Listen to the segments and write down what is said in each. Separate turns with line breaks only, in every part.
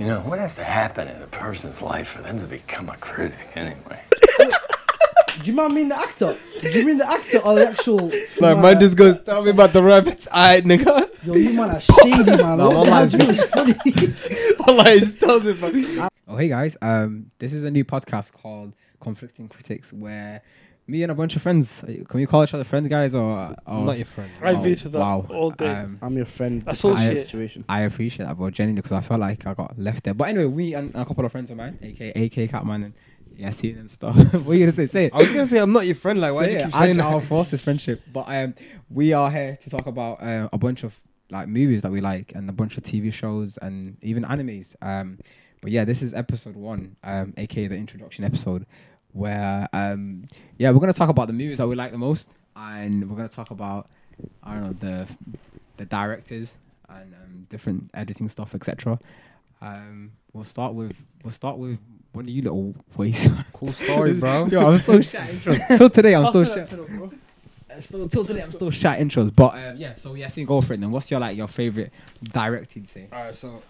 You know, what has to happen in a person's life for them to become a critic anyway?
Do you mind mean the actor? Do you mean the actor or the actual?
Like, man, just goes, tell me about the rabbits. Alright, nigga.
Yo, you man are shady, man.
No,
what the
I'm
hell
like-
do you mean it's funny?
like, it's thousand fucking.
Oh, hey guys. Um, this is a new podcast called Conflicting Critics, where me and a bunch of friends. uh, Can we call each other friends, guys, or, or
Not your friend.
I
oh,
veto that all day.
Um,
I'm your friend.
Associate.
situation.
I appreciate that, but genuinely, because I felt like I got left there. But anyway, we and a couple of friends of mine, aka AK Catman, and yeah, seeing them stuff. what are you gonna say? Say it.
I was gonna say I'm not your friend. Like, why
Say
do you
it.
keep
I
saying
didn't
that?
know how force this friendship, but um, we are here to talk about uh, a bunch of like movies that we like and a bunch of TV shows and even animes. Um, but yeah, this is episode one, um, aka the introduction episode, where um, yeah, we're gonna talk about the movies that we like the most, and we're gonna talk about I don't know the the directors and um, different editing stuff, etc. Um, we'll start with we'll start with one of you little ways.
Cool story, bro.
Yo, I'm so shy. Till today, I'm still shy. Uh, Still, till today, I'm still shy intros. But um, yeah, so yeah, go for it. Then, what's your like your favorite directed thing?
Alright, so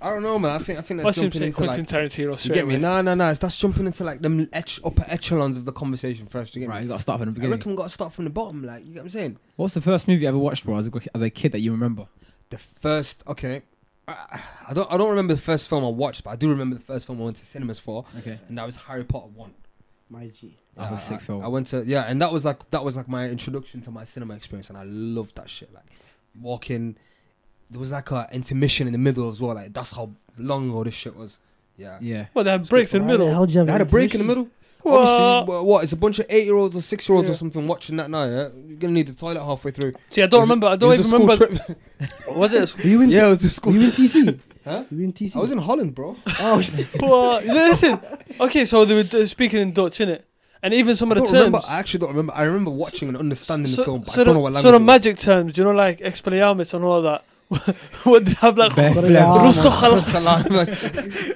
I don't know, man. I think I think that's
Watch him
jumping
say
into
Quentin
like.
Tarantino
You
straight
get me?
away.
Nah, nah, nah. It's that's jumping into like them etch, upper echelons of the conversation first. You get
Right,
me?
you gotta start from the
I
beginning.
reckon we got to start from the bottom. Like, you get what I'm saying?
What's the first movie you ever watched, bro, as a, as a kid that you remember?
The first, okay. I I don't, I don't remember the first film I watched, but I do remember the first film I went to cinemas for,
Okay,
and that was Harry Potter one.
My G.
That's a sick
I-
film.
I went to yeah, and that was like that was like my introduction to my cinema experience, and I loved that shit. Like walking, there was like a intermission in the middle as well. Like that's how long all this shit was. Yeah,
yeah.
Well, they had breaks in the middle.
How do you have
they had a break in the middle.
What?
Obviously, wha- what? It's a bunch of eight-year-olds or six-year-olds or
Yeah.
something watching that now. Yeah, you're gonna need the toilet halfway through.
See, I don't
It was-
remember. I
it
don't
was a
even
school
remember.
trip.
Was it? a school-
Were you in,
yeah, it was a
were
school.
you in TC?
Huh?
Were you in TC?
I was in Holland, bro.
Oh, shit.
What? Listen. Okay, so they were d- speaking in Dutch, innit? And even some
I
of the
don't
terms.
remember. I actually don't remember. I remember watching and understanding the film, but I don't know what
so the
language. it was.
magic terms, you know, like Expelliarmus and all that. would they have like
Bare
But
flare.
yeah.
Rustochal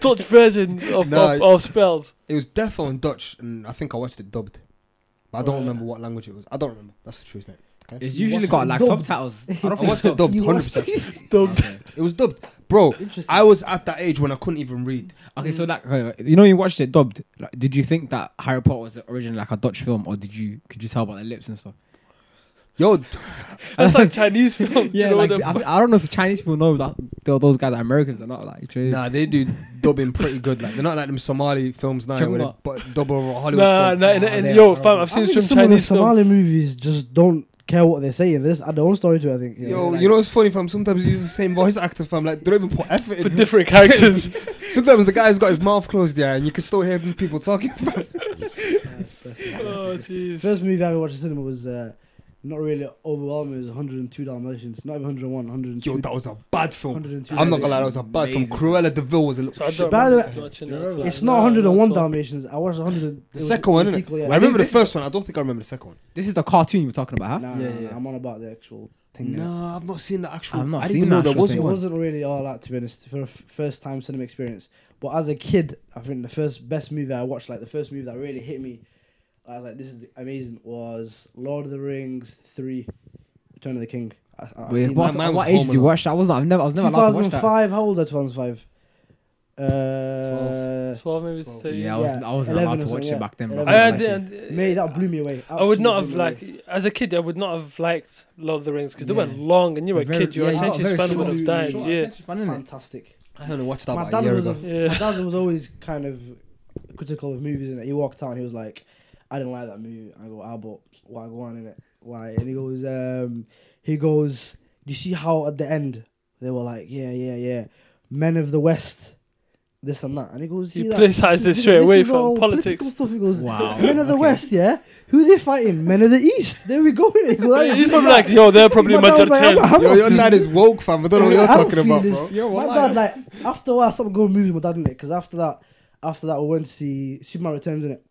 Dutch versions of,
No,
of, of spells.
It was defo in Dutch, and I think I watched it dubbed. But I don't
Right.
remember what language it was. I don't remember. That's the truth, mate.
It's
You
usually
watched
got
it
like
dubbed.
subtitles. I don't
I
think
watched it dubbed,
You
hundred
watched
percent.
Dubbed.
Okay.
It was dubbed, bro.
Interesting.
I was at that age when I couldn't even read.
Okay, so like uh, you know, you watched it dubbed. Like, did you think that Harry Potter was originally like a Dutch film, or did you could you tell about the lips and stuff?
Yo, d-
That's like Chinese films.
Yeah,
you know,
like,
they're
I, I don't know if Chinese people know that they're- those guys are Americans or not. Like, true.
nah, they do dubbing pretty good. Like they're not like them Somali films now, where they
Jungle.
but dub over a Hollywood.
Nah,
film.
nah, and,
Oh,
and
they
yo,
are
fam, I've
I
seen
think
some
some of the
Chinese films.
Somali movies just don't care what they're saying. They just add their own story to it, I think.
Yo, you know what's funny, fam? Sometimes you use the same voice actor, fam. Like, they don't even put effort
For
in.
different characters,
Sometimes the guy's got his mouth closed, yeah, and you can still hear people talking.
oh jeez.
First movie I ever watched in cinema was uh, not really overwhelming. It was 102 Dalmatians. Not even 101, 102.
Yo, that was a bad film.
102
I'm not gonna lie, that was a bad film. Cruella de Vil was a
So
little
I
shit.
don't
By the
remember
way,
watching
it's
that, so-
It's not
Nah,
101
that's all.
Dalmatians. I watched 100.
The second one, innit? I remember the
This-
first one. I don't think I remember the second one.
This is the cartoon you were talking about, huh?
Nah,
Yeah,
nah, nah,
yeah.
I'm on about the actual thing. innit?
No, I've not seen the actual.
I've not
I didn't
seen
even
the
know there
actual
was
thing.
It
one.
wasn't really all that to be honest for a f- first time cinema experience. But as a kid, I think the first best movie I watched, like the first movie that really hit me, I was like, "This is amazing." Was Lord of the Rings three, Return of the King. I, I, I
Wait,
seen
what,
mine- mine
what
was
age did you
Home
watch that? I was not. I've never. I was
that.
never allowed to watch that.
2005. How old are 2005? Uh,
Twelve, maybe it's thirteen.
Yeah, I was.
Yeah,
I wasn't
11
allowed
or
to watch
something,
it back then.
yeah.
Bro.
I
I,
was
had- uh,
Mate, that blew me away.
I would not have
Absolutely blew me
like as a kid. I would not have liked Lord of the Rings because they
Yeah.
went long, and you were a
Very-
kid. Your
yeah, you got
attention
very
span would have
short-
died.
short
Yeah,
Attention span,
away.
innit?
Fantastic.
I only watched that
My
about a
dad
year
was
ago.
a,
Yeah.
my dad was always kind of critical of movies, and he walked out and he was like, "I didn't like that movie." I go, "Ah, but why go on in it? Why?" And he goes, um, "He goes, you see how at the end they were like, yeah, yeah, yeah, men of the West, this and that." And he goes,
He
"See that?
politicised it straight away
is
from
all
politics."
political stuff." He goes,
Wow,
men of the
okay.
West, yeah, who are they fighting? Men of the East. There we go. innit?" He goes, "I
But
didn't
he's
feel
probably
that."
like, yo, they're probably
My dad was like, I'm
majority.
not- I'm
Yo,
not
your
feeling
dad is woke, fam. I don't know what you're
I don't
talking about,
feel
bro.
this.
Yo,
my dad, like, after a while, I stopped going movies with my dad in it because after that, after that, we went to see Superman Returns in it.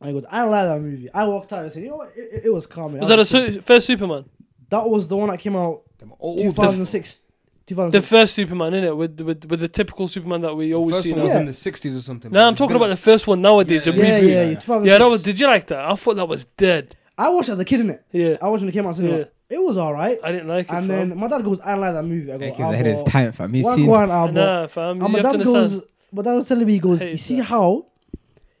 And he goes, I don't like that movie. I walked out and said, you know what? It, it, it was calming.
Was
I
that a su- first Superman?
that was the one that came out
Them old- the
2006. 2006.
The first Superman, innit? With, with with the typical Superman that we always
first
see
one
now.
was
Yeah.
in the 60s or something.
No, I'm talking about the first one nowadays,
Yeah,
the
yeah, yeah,
reboot.
yeah,
Yeah,
2006.
Yeah, that was. Did you like that? I thought that was dead.
I watched as a kid in it.
Yeah,
I watched when it came out.
yeah.
Yeah. It was alright.
I didn't like it.
And
fam.
then my dad goes, I don't like that movie. I go,
Because
"Ah,
the head is
but
tight for me.
Wagwan,
See,
ah, but-"
nah, fam.
And
you
my
have
dad
to understand.
goes, my dad was telling me, he goes,
Hate
you see
that.
how?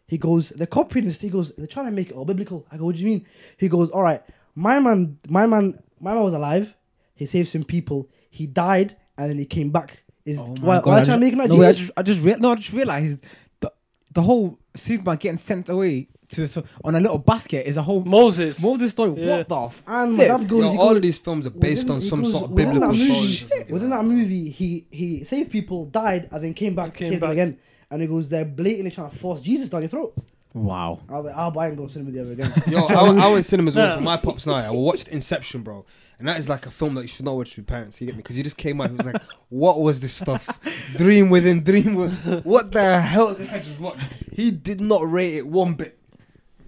He goes, they're copying this. He goes, they're trying to make it all biblical. I go, what do you mean? He goes, all right, my man, my man, my man was alive. He saved some people. He died, and then he came back. Is
Oh my
why,
God,
why trying
I
to
ju-
make him like
no, wait, I
Jesus?
just, I just rea- no, I just realized the the whole Superman getting sent away to so on a little basket is a whole
Moses.
Moses story.
Yeah.
What the? F-
and my dad goes,
Yo,
he
all
goes
of these films are based
within-
on
he
some
goes,
sort of
within
biblical
that movie,
stories. or something
Within
like
that movie, he he saved people, died, and then came back,
Came
saved
back.
them again. And he goes, they're blatantly trying to force Jesus down your throat.
wow.
I was like, I'll buy and go to cinema the other again.
Yo, I, I was in cinemas once
Nah.
with my pops and I. I watched Inception, bro, and that is like a film that you should not watch with your parents. You get me? Because you just came out, it was like, what was this stuff? Dream within dream. Within. What the hell did I just watch? He did not rate it one bit,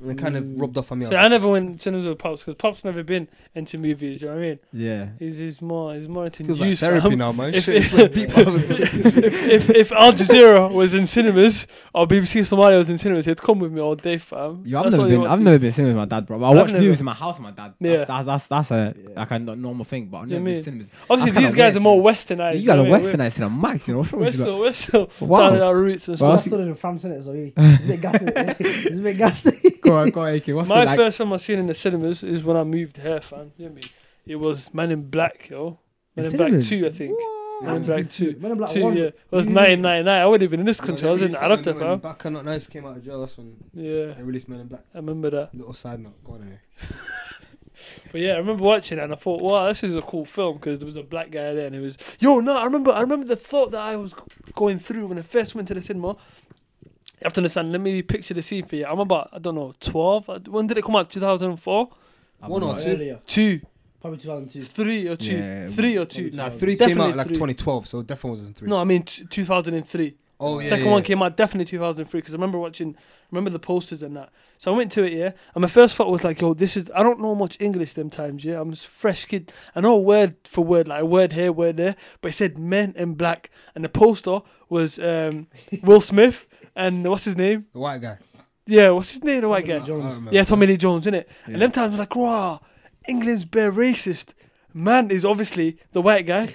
and it kind of rubbed off on me. I
Mm. See,
was
I
like,
never went to cinemas with Pops because Pops never been into movies. You know what I mean?
Yeah.
He's, he's more he's more into
Feels
news.
like therapy
fam.
now, man.
If,
Shit,
if,
it's went deep. I was like-
if, if, if Al Jazeera was in cinemas or BBC Somalia was in cinemas, he'd come with me all day, fam.
Yo, I've
That's
never
all he
been.
wants
I've
to-
never been cinemas with my dad, bro. But I
I've
watched
never-
movies in my house with my dad. That's
Yeah.
that's that's, that's a
Yeah.
like a n- normal thing. But I've
You
never
mean?
been cinemas.
Obviously,
That's
these
kinda
guys are
weird.
more westernized.
You got a
know what I mean?
westernized in a max. You know, what's wrong with you,
Western, Western,
Wow.
down in our roots and
Well,
stuff.
That's still in France, innit? So yeah, it's a bit gassy. it's a bit gassy.
bro? Go on, go on, AK. What's
My
it like?
first film I seen in the cinemas is when I moved here, fam. You know what I mean? It was Men in Black, yo. Men in,
In
Black
cinemas?
2, I think. Men in Black 2.
Men in Black
Two,
One.
yeah. It was
You-
1999. I wasn't even in
Oh,
this country. I was in
When
Adapter,
when
fam.
Back and Not Knives came out of jail. That's when
Yeah,
they released Men in Black.
I remember that.
Little side note. Go on anyway.
But yeah, I remember watching it and I thought, wow, this is a cool film because there was a black guy there and he was, yo, no, I remember, I remember the thought that I was going through when I first went to the cinema. You have to understand. Let me picture the scene for you. I'm about, I don't know, 12. Uh, When did it come out? 2004,
One or two.
Earlier,
two,
probably 2002.
three or two,
Yeah,
three or two.
Nah, three came
Definitely
out like
three.
2012, so it definitely wasn't three.
No, I mean t- 2003.
oh yeah.
Second
yeah,
one
yeah.
came out definitely 2003 because I remember watching, remember the posters and that. So I went to it, yeah, and my first thought was like, yo, this is, I don't know much English them times, yeah. I'm a fresh kid. I know word for word, like a word here, word there, but it said men in black. And the poster was um, Will Smith and what's his name?
The white guy.
Yeah, what's his name, the white guy?
I
Jones.
Um,
remember.
Yeah, Tommy Lee Jones, innit?
Yeah.
And them times I was like, wow, England's bare racist. Man is obviously the white guy.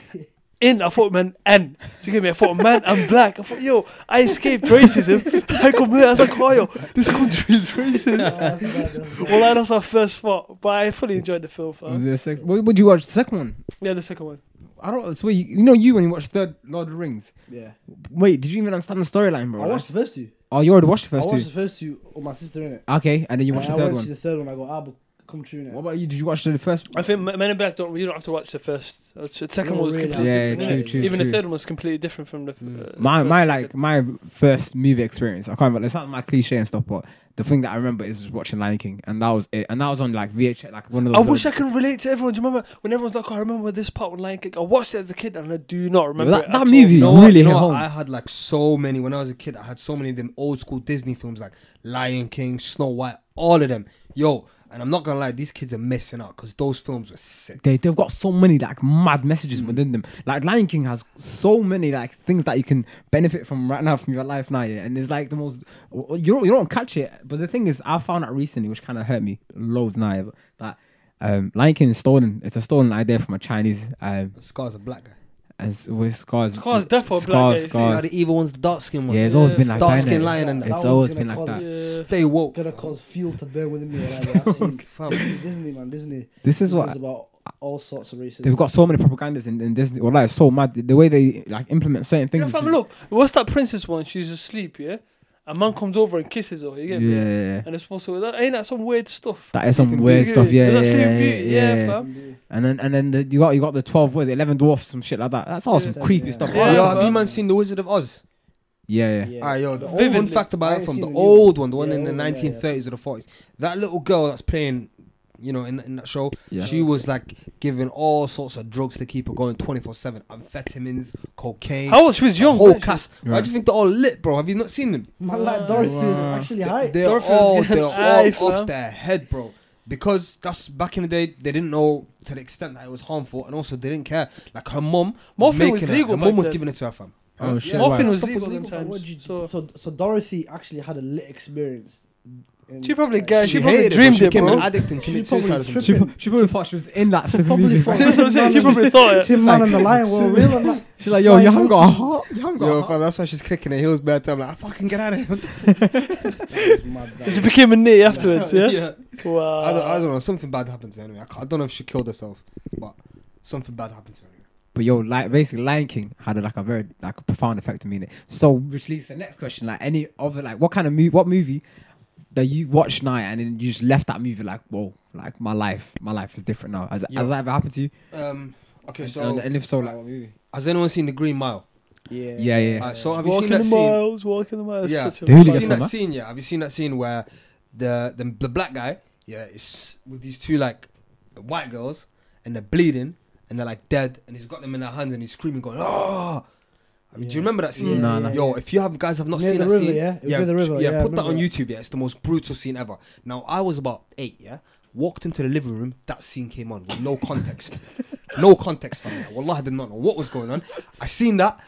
In, I thought, man, and. Do you get me? I thought, man, I'm black. I thought, yo, I escaped racism. I come here. I was like, oh, yo, this country is racist.
Oh, that's bad, that's bad.
Well, like, that's our first thought, but I fully enjoyed the film.
Was
Fam.
it a sec- what would you watch? The second one.
Yeah, the second one.
I don't. So you, you know you when you watched third Lord of the Rings.
Yeah.
Wait, did you even understand the storyline,
I
bro?
watched the first two.
oh, you already watched the first
I
two.
watched the first two with my sister in it.
okay, and then you watched
I
the third
went
one.
to the third one. I go, ah, but come true
What
now.
about you? Did you watch the first?
I think Men in Black don't. You don't have to watch the first. The second
No,
one was
really,
completely
Yeah,
different.
true,
innit?
true,
Even
true.
the third one was completely different from the. f-
Mm.
uh,
my
first
my
and
like
second.
my first movie experience. I can't remember. It's not my cliche and stuff, but the thing that I remember is just watching Lion King, and that was it. And that was on like VHS, like one of
I
those.
wish I can relate to everyone. Do you remember when everyone's like, oh, I remember this part when Lion King? I watched it as a kid and I do not remember
that-
it
that
at
movie-
All.
You
what-
really hit
what?
home.
I had like so many when I was a kid. I had so many of them old school Disney films like Lion King, Snow White, all of them. Yo, and I'm not gonna lie, these kids are missing out because those films were sick.
they they've got so many like mad messages
Mm.
within them. Like Lion King has so many like things that you can benefit from right now from your life now, yeah. And it's like the most you don't you don't catch it. But the thing is, I found out recently, which kind of hurt me loads now, yeah, but that um, Lion King is stolen. It's a stolen idea from a Chinese um,
Scar's a black guy.
as with scars.
Scar's deaf or black
scars,
guy,
You know,
scars.
the evil one's the dark skin one.
Yeah, it's always
Yeah.
been like
Dark
that.
skin
innit?
lion and
That
It's
one's
always
gonna
been like
cause-
that.
Yeah.
Stay woke.
Gonna cause fuel to burn within me. Like, I've seen
Fam.
Disney, man, Disney.
This is
It's
what
about all sorts of racism.
they've got so many propagandas in, in Disney. Well, like it's so mad the way they like implement certain
Yeah,
things.
fam, look, what's that princess one? She's asleep, yeah? A man comes over and kisses her, you
yeah,
get
yeah,
me?
yeah.
And it's also, that, ain't that some weird stuff?
That is some
Sleeping
weird
Beauty.
stuff. Yeah,
Is
yeah,
that Sleeping
yeah,
Beauty?
yeah,
Yeah,
yeah.
fam.
Um,
And then and then the, you got you got the twelve was it eleven dwarfs some shit like that. That's all
Yeah.
some creepy
Yeah.
stuff.
Yeah.
Yeah,
Yeah.
yo, have you man seen The Wizard of Oz?
Yeah, yeah.
Yeah.
Alright, yo,
The
fun
old one.
fact
I
about
ain't
that from
seen
the
the new
old one,
one.
the one
Yeah,
in the
old one, yeah, yeah.
1930s or the 40s. That little girl that's playing, you know, in, in that show,
Yeah.
she was like giving all sorts of drugs to keep her going 24 7. Amphetamines, cocaine.
How old she was
the
young?
Whole
wasn't she?
cast. Why
Right.
do you think they're all lit, bro? Have you not seen them?
Man, like Dorothy was actually high.
They're
Dorothy was
all,
getting
they're
high,
all
fam.
off their head, bro. Because that's back in the day, they didn't know to the extent that it was harmful, and also they didn't care. Like her mom, was
Morphine was
making
legal
Her, her mom
back
was
then.
giving it to her fam.
Oh shit.
Morphine
wow.
was
Stuff was
legal
legal,
sometimes.
So, so Dorothy actually had a lit experience in-
She probably guessed. She,
hated
probably
it, bro.
dreamed
she
it,
became
bro.
an addict and committed
probably
suicide. or something.
She, pro- she probably thought she was in that film.
Probably
movie.
thought-
That's what I'm saying, She probably thought it.
Tim Man and the Lion were real. and that.
She's like, yo, you haven't got a heart. You haven't got
Yo,
a heart.
fam, that's why she's kicking her heels bad time. Like, I fucking get out of here.
It's mad, that.
She became a knee afterwards, yeah? Wow.
I, don't, I don't know. Something bad happened to her anyway. I, can't- I don't know if she killed herself, but something bad happened to her. Anyway.
But yo, like basically, Lion King had a, like a very like a profound effect on me. innit? So, which leads to the next question: like any other like what kind of movie, what movie that you watched tonight and then you just left that movie like whoa, like my life, my life is different now. Has,
Yo.
has that ever happened to you?
Um. Okay,
And-
so
and, and if so, like what movie?
has anyone seen the Green Mile?
Yeah.
Yeah, yeah.
Alright, so have you
walking
seen
the
that scene?
miles, walking the miles.
Yeah.
Such a
The hooligan
Have you
Yeah,
seen
from
that
that.
scene? Yeah. Have you seen that scene where the the, the black guy? Yeah, is with these two like white girls, and they're bleeding, and they're like dead, and he's got them in their hands, and he's screaming, going, "Oh!" I mean, Do you
Yeah.
remember that scene?
Nah, nah.
Yo, if you have guys have not
Near
seen
the
that
river,
scene,
yeah? It was near the river, yeah, I
put that
remember
on
that.
YouTube. Yeah, it's the most brutal scene ever. Now, I was about eight. Yeah, walked into the living room. That scene came on with no context, no context from that. Wallah, I did not know what was going on. I seen that,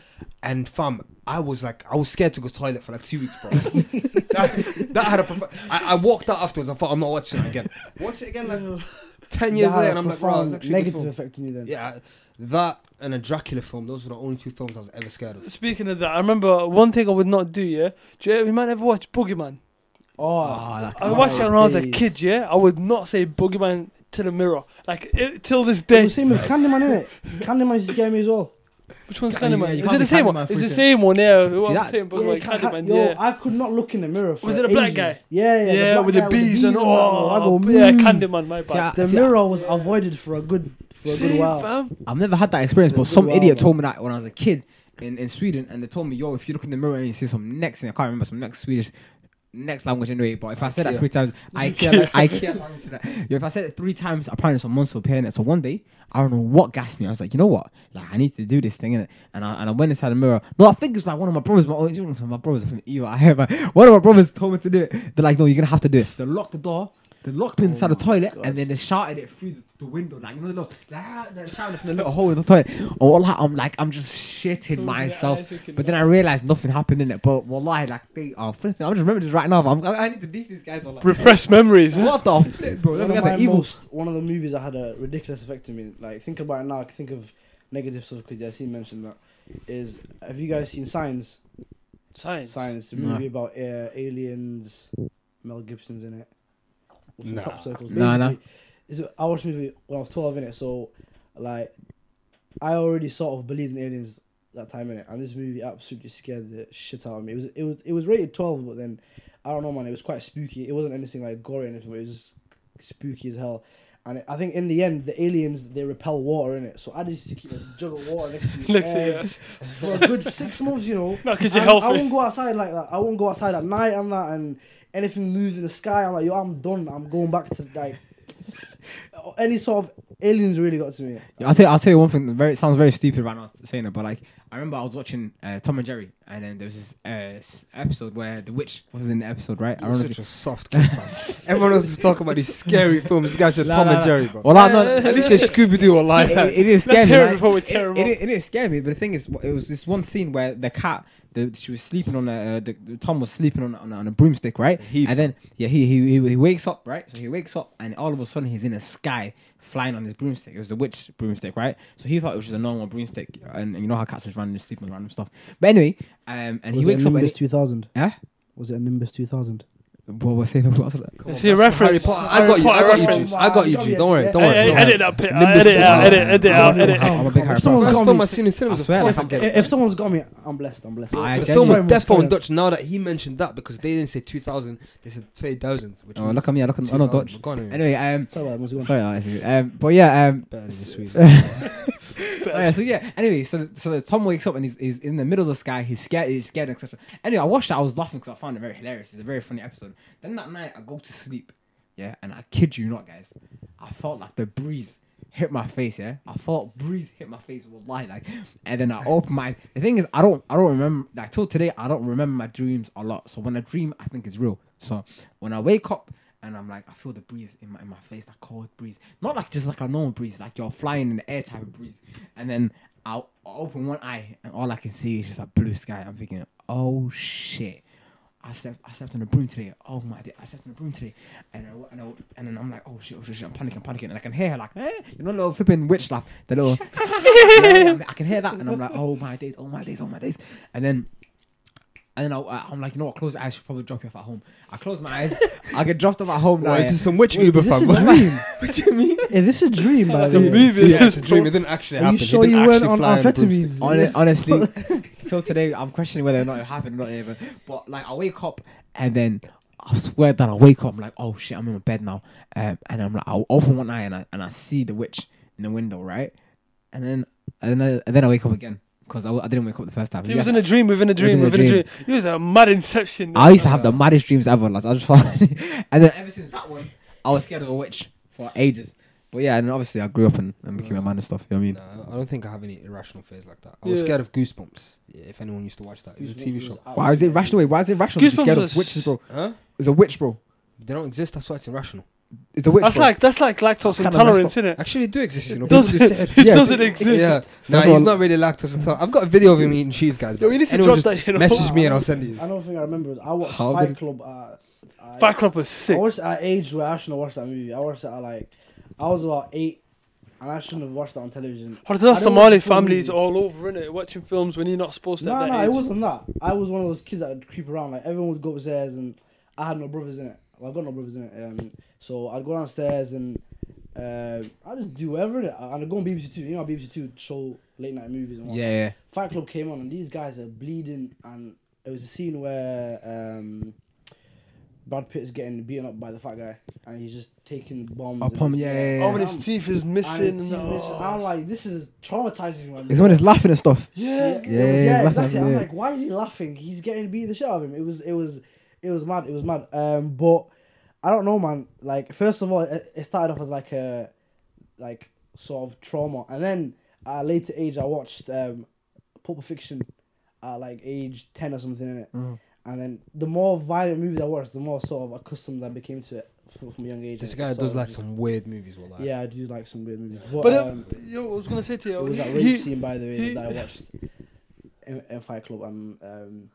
and fam, I was like, I was scared to go to the toilet for like two weeks, bro. that, that had a. prof- I, I walked out afterwards. I thought I'm not watching it again. Watch it again like ten years
That had
later,
a
and I'm like, bro,
profound
it's actually a good
negative
film."
effect on me then.
Yeah, that and a Dracula film. Those were the only two films I was ever scared of.
Speaking of that, I remember one thing I would not do, yeah? Do you, you might ever watch Boogeyman.
Oh,
Ah, that
I
Oh,
watched it when I was a
days.
kid, yeah? I would not say Boogeyman to the mirror. Like, it, till this
It
day.
was same with Candyman, innit? Candyman used to scare me as well.
Which one's
Yeah, you-
Candyman?
you
Is
can't
it the
do
same one?
Candyman
It's the
full
same one, yeah. Who I'm
that?
saying,
Yeah,
Boogeyman,
Ca-
Candyman,
Yo,
yeah.
I could not look in the mirror. For
Was it a black
ages.
guy?
Yeah, yeah.
Yeah,
black
with the
guy
bees and
all. oh, I go, hmm. "Mmm."
all.
move.
Yeah, Candyman, my bad.
I-
The
see, I-
mirror was avoided for a good for a good
Same,
while.
fam.
I've never had that experience, but
It's a
some
good while,
idiot
man.
told me that when I was a kid in, in Sweden, and they told me, yo, if you look in the mirror and you see some next thing, I can't remember some next Swedish, next language anyway. But if I said that
Ikea.
three times, IKEA, IKEA language. That. Yo, if I said it three times, apparently it's a monster appearing it. So one day, I don't know what gassed me. I was like, you know what? Like I need to do this thing, innit? and I and I went inside the mirror. No, I think it was like one of my brothers. My, oh, it's one of my brothers from evil. I have one of my brothers told me to do it. They're like, no, you're gonna have to do this. They locked the door. They locked me inside the toilet and then they shouted it through the, the window, like you know, the little, like, ah, they shouted from the little hole in the toilet. Oh, wallah, I'm like, I'm just shitting
Closing your eyes,
myself.
you can-
But then I realized nothing happened in it. But wallahi, like they are flipping. I'm just remembering this right now. but I'm, I, I need to beat these guys. Wallah.
Repressed memories. huh?
What the flip, bro? Them
One of,
guys
my
are evil.
most, one of the movies that had a ridiculous effect on me, like think about it now, I can think of negative stuff because I seen mentioned that. Is have you guys seen Signs?
Science.
Signs, the
No.
movie about uh, aliens, Mel Gibson's in it. With some
Nah.
crop circles.
Nah, nah.
Basically, it's a- I watched the movie when I was 12 in it, so like I already sort of believed in aliens that time in it, and this movie absolutely scared the shit out of me. It was it was it was rated 12, but then I don't know, man. It was quite spooky. It wasn't anything like gory or anything. But it was just spooky as hell. And I think in the end, the aliens they repel water in it. So I just used to keep a jug of water next to me
Next to
every-
you.
for a good six months, you know.
No, 'cause you're
And I
healthy.
won't go outside like that. I won't go outside at night and that, and anything moves in the sky. I'm like, yo, I'm done. I'm going back to like any sort of aliens really got to me.
I'll tell, you, I'll tell you one thing. that Very it sounds very stupid right now saying it, but like I remember I was watching uh, Tom and Jerry, and then there was this uh, s- episode where the witch was in the episode, right? I
You're
don't know if
such a soft kid, man. Everyone else is talking about these scary films. This guy said
Nah,
Tom
nah,
and
nah.
Jerry, bro.
Well, I know.
At least it's Scooby Doo or like
it,
that.
it, it is
Let's
scary.
hear it
right?
before we tear
it,
him
it,
up.
it is scary, but the thing is, wh- it was this one scene where the cat, the, she was sleeping on a, uh, the, the Tom was sleeping on a, on a, on a broomstick, right?
Heath.
And then yeah, he, he he he wakes up, right? So he wakes up, and all of a sudden he's in the sky flying on this broomstick. It was a witch broomstick, right? So he thought it was just a normal broomstick, and, and you know how cats just randomly sleep on random stuff. But anyway, um, and he wakes up and he,
2000?
Huh?
Was it a Nimbus 2000?
Uh,
what was saying? What was it?
Is he a reference?
I got you. I got you. Juice. I got you. Juice. Don't worry. Don't worry.
Hey, hey,
Don't worry.
edit that bit. out, Edit it out. Edit edit it out. Edit. it out.
I'm a big Harry
If
Potter.
someone's
fan.
First
got
film
me-
I seen in
I
cinemas.
swear,
Of course,
like,
I
I'm
get it.
If someone's got me, I'm blessed. I'm blessed.
I
The
genuinely-
film was
Sorry,
Defo
Mr.
in Dutch. Now that he mentioned that, because they didn't say 2000, they said 2000. Which
Oh,
means
look at me! I look at I'm not
2000.
Dutch.
Go on, anyway.
Anyway, um,
Sorry, about that, what's going
sorry, Alex. um, but yeah, um,
Better than
s-
Sweden.
Oh, yeah, so yeah. Anyway, so so Tom wakes up and he's, he's in the middle of the sky. He's scared. He's scared, etc. Anyway, I watched it. I was laughing because I found it very hilarious. It's a very funny episode. Then that night, I go to sleep. Yeah, and I kid you not, guys, I felt like the breeze hit my face. Yeah, I felt breeze hit my face. Wallahi, like, and then I opened my. eyes. The thing is, I don't, I don't remember. Like till today, I don't remember my dreams a lot. So when I dream, I think it's real. So when I wake up. And I'm like, I feel the breeze in my, in my face, that cold breeze. Not like just like a normal breeze, like you're flying in the air type of breeze. And then I'll open one eye and all I can see is just a blue sky. I'm thinking, oh shit. I slept, I slept on the broom today. Oh my, day, I slept on the broom today. And I, wa- and, I, and then I'm like, oh shit, oh shit, shit, I'm panicking, panicking. And I can hear her like, eh? you know, little flipping witch laugh, the little, Yeah, yeah, I can hear that. And I'm like, oh my days, oh my days, oh my days. And then, and then I, I- I'm like, you know what, close your eyes, she'll probably drop you off at home. I close my eyes, I get dropped off at home.
Why
like,
is this some witch
Wait,
Uber
this is
fam?
a dream.
what do you mean?
Hey, this is a dream, by
That's
the
a
way.
movie.
Yeah, it's a dream. It didn't actually
Are
happen.
you
It
sure
didn't
you weren't
actually
on
fly a broomstick.
amphetamines?
Hon- honestly, till today, I'm questioning whether or not it happened or not even. But like, I wake up and then I swear that I wake up. I'm like, oh shit, I'm in my bed now, um, and I'm like, I'll open one eye and I and I see the witch in the window, right? And then and then I, and then I wake up again because I, w- I didn't wake up the first time.
He
You
was
guys-
in a dream within a dream within, a dream. He was a mad inception.
I used to have the maddest dreams ever. Like I just found, and then ever since that one, I was scared of a witch for ages. But yeah, and obviously I grew up and, and became a man and stuff. You know what I mean?
No, I don't think I have any irrational fears like that. I was
Yeah.
scared of Goosebumps. Yeah, if anyone used to watch that, it was a TV show.
Why is it rational? Wait, Why is it rational? to be
Goosebumps
scared
was-
of witches, bro.
Huh?
It's a witch, bro.
They don't exist. That's why it's irrational.
It's a witch.
That's
bro.
like that's like lactose
kinda
intolerance,
messed
isn't it?
Actually, they do exist. You know,
Does
People do
it?
say-
It doesn't exist.
Yeah, no,
That's
he's
all-
not really lactose intolerant. I've got a video of him eating cheese, guys.
Yo, we need to
Anyone
drop
just
that, you know.
Message me and I'll send you.
I don't think I remember. it. I watched
How
Fight
did-
Club. At, I,
Fight Club was
I
sick.
watched it at age where I shouldn't have watched that movie. I watched it at like, I was about eight, and I shouldn't have watched that on television.
What the
I don't watch
Somali
the full
families
movie.
all over, innit? Watching films when you're not supposed to. at
No,
that
no, it
age.
wasn't that. I was one of those kids that would creep around. Like everyone would go upstairs, and I had no brothers in it. Well, I got no brothers in it. Um, so I'd go downstairs and uh, I just do whatever. innit? And I'd go on BBC Two. You know, how BBC Two would show late night movies. And
Yeah,
what.
yeah.
Fight Club came on, and these guys are bleeding, and it was a scene where um, Brad Pitt's getting beaten up by the fat guy, and he's just taking bombs.
Oh,
and-
palm, yeah, yeah, yeah.
Oh, and his teeth is
And his
missing. and-
teeth missing. I'm
oh.
like, this is traumatizing. man.
It's when it's laughing and stuff.
Yeah,
Yeah, yeah,
yeah,
yeah,
exactly. I'm
yeah.
like, why is he laughing? He's getting beat the shit out of him. It was, it was, it was mad. It was mad. Um, but I don't know, man. Like, first of all, it, it started off as like a, like sort of trauma, and then at a later age, I watched um, Pulp Fiction at like age ten or something in it,
Mm.
and then the more violent movies I watched, the more sort of accustomed I became to it from, from a young age.
This
It
guy
sort
does
of
like
just-
some weird movies. Well,
Yeah, I do like some weird movies, but,
But
um,
uh, yo, I was gonna say to you,
it was that rape
he-
scene, by the way,
he-
that I watched in, in Fight Club and um,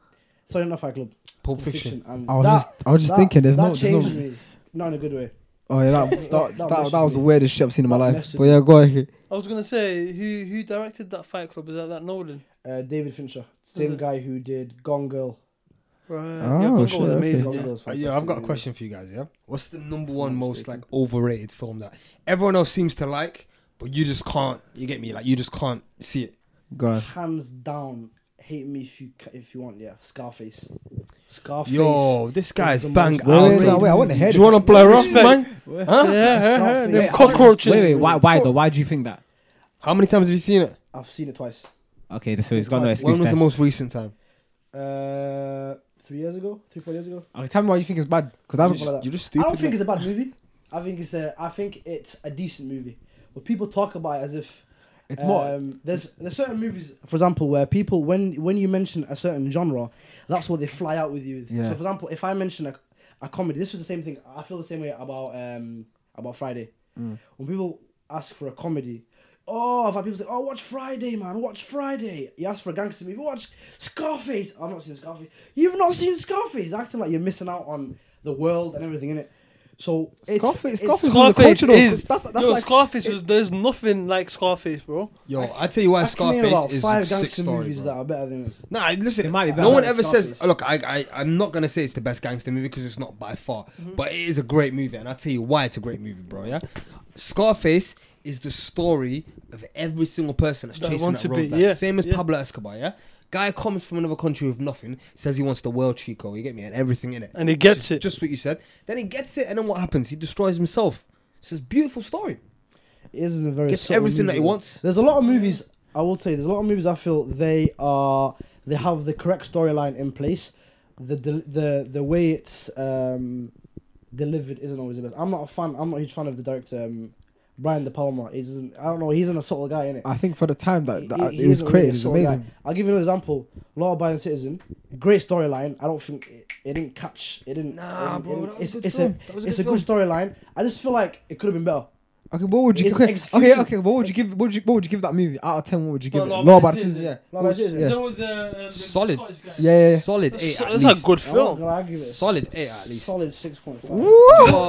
sorry, not Fight Club,
Pulp Fiction.
And
I was
that,
just, I was just
that-
thinking. There's
that
no, there's
changed
no.
me, not in a good way.
Oh yeah, that that,
That- that
that, that, was
messed
the
me.
weirdest shit I've seen in my
That
life.
messed
But
me.
yeah, go ahead.
I was gonna say who who directed that Fight Club? Is that that Nolan?
Uh, David Fincher, same
Mhm.
guy who did Gone Girl.
Right.
Oh,
yeah, Gunga
shit,
was
okay.
amazing.
Gunga was
Uh,
fantastic
yeah, I've got a
movie.
question for you guys. Yeah, what's the number one
I'm not
most like
mistaken.
overrated film that everyone else seems to like, but you just can't? You get me? Like you just can't see it.
Go ahead.
Hands down, hate me if you ca- if you want. Yeah, Scarface. Scarface.
Yo, this guy's
the
bang
most-
Wait, wait,
outrageous.
no, wait, I wanna hear
Do
this.
you want to play rough,
Respect.
man? Huh?
Yeah, yeah, yeah,
Scarface.
them
Wait,
cockroaches.
Wait, wait, why, why though? Why do you think that?
How many times have you seen it?
I've seen it twice.
Okay, so it's got no
When
excuse
was
there.
the most recent time?
Uh, three years ago, three four years ago.
Okay, tell me why you think it's bad. Because
You're
I've
Something like
just,
that.
you're just
I
stupid.
don't think
man.
it's a bad movie. I think it's a. I think it's a decent movie. But people talk about it as if
it's more.
um, there's there's certain movies, for example, where people when when you mention a certain genre, that's what they fly out with you. with.
Yeah.
So, for example, if I mention a, a comedy, this was the same thing. I feel the same way about um about Friday. When people ask for a comedy, oh, I've had people say, oh, watch Friday, man, watch Friday. You ask for a gangster movie, watch Scarface. I've not seen Scarface. You've not seen Scarface. They're acting like you're missing out on the world and everything in it. So it's-
Scarface,
it's-
Scarface was the
Scarface
culture though. 'cause
is
That's, that's
yo,
like,
Scarface was there's nothing like Scarface, bro.
Yo, I tell you why
I can name about
Scarface is
five
a sick
gangster
story.
movies
bro.
that are better than it.
Nah, listen.
It might be
no
better
one
than
ever says.
Scarface.
Look, I, I, I'm not gonna say it's the best gangster movie because it's not by far,
Mm-hmm.
but it is a great movie, and I'll tell you why it's a great movie, bro. Yeah, Scarface is the story of every single person that's
That
chasing
wants
that
to be-
road. Be,
yeah,
Same as
yeah.
Pablo Escobar. Yeah, guy comes from another country with nothing, says he wants the world, Chico. You get me, and everything in it,
And he gets it.
Just what you said. Then he gets it, and then what happens? He destroys himself. It's this beautiful story.
It isn't a very
Gets
subtle
everything
movie,
that he
though.
wants.
There's a lot of movies. I will say there's a lot of movies. I feel they are they have the correct storyline in place. The del- the the way it's um, delivered isn't always the best. I'm not a fan. I'm not a huge fan of the director um, Brian De Palma. He doesn't. I don't know. He's an assault guy, innit?
I think for the time that,
He-
Uh, that
he-
it
he
was
isn't really
created,
a
it's
sort of guy.
amazing.
I'll give you an example. Law Abiding Citizen, great storyline. I don't think it, it didn't catch. It didn't.
Nah,
it didn't-
bro,
it
that was
didn't-
a
it's,
good
it's
film.
a
That was a
it's
good
a good storyline. I just feel like it could have been better.
Okay, what would you?
It's
Okay, okay,
execution.
okay, what would you give? What would you? What would you give that movie? Out of ten, what would you give
Well,
it?
Law
Law
Abiding
Abiding Citizen, yeah.
Law
What
Abiding
would you-
Citizen.
yeah.
with the, um,
Solid.
Scottish guy?
Yeah, yeah, yeah.
Solid
That's,
eight.
so-
at
that's a
least.
good
I'm not
film.
gonna argue with it.
Solid eight at least.
Solid six point five.
Woo!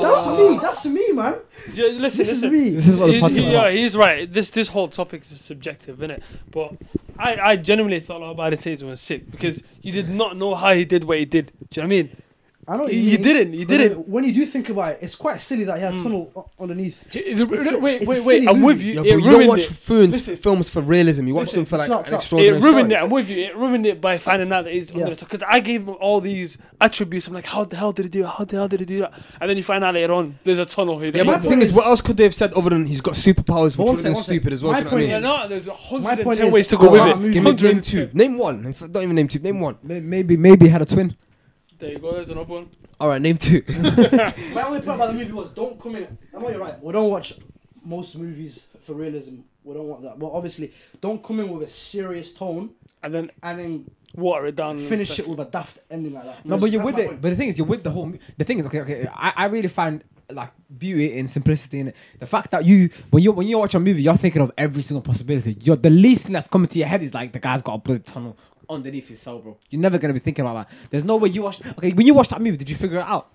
That's me. That's me, man.
Yeah, listen,
This is
listen.
me.
This is what the
He-
podcast
he-
is
yeah,
about.
he's right. This this whole topic is subjective, isn't it? But I, I genuinely thought Law Abiding Citizen was sick because you did not know how he did what he did. Do you know what I mean?
I know
You- you didn't, you
but
didn't.
then When you do think about it, it's quite silly that he had a tunnel o- underneath. It's a-
wait,
it's a
wait, wait.
silly
I'm with
movie.
you.
Yeah,
It
but you don't
ruined
watch
it.
films, films for realism. You watch
Listen,
them for like
Chuck,
an
Chuck.
extraordinary
It ruined
story.
it. I'm with you. It ruined it by finding out that he's
Yeah.
under the Because I gave him all these attributes. I'm like, how the hell did he do it? How the hell did he do that? And then you find out later on, there's a tunnel here.
Yeah,
that
but the
he
thing
built.
is, what else could they have said other than he's got superpowers,
But
which
one
would have
sec, one
been
sec.
stupid as well?
My
do you know what I
point
yeah,
mean?
no, there's
point
110
is-
ways to go
Go
with
on,
it.
movie.
Give me, name
110.
two. Name one. In fact, Don't even name two. Name one.
May- Maybe maybe he had a twin.
There you go. There's another one.
All right, name two.
My only point about the movie was don't come in. I know you're right. We don't watch most movies for realism. We don't want that. But obviously, don't come in with a serious tone
And then
and then
water it down. and-
finish it with a daft ending like that.
No, but you're
That's
with
my
it.
point.
But the thing is, you're with the whole. mu- The thing is, okay, okay. I, I really find like beauty in simplicity in it. The fact that you when you when you watch a movie, you're thinking of every single possibility. You're the least thing that's coming to your head is like the guy's got a blood tunnel underneath his cell, bro. You're never gonna be thinking about that. There's no way you watch. Okay, when you watch that movie, did you figure it out?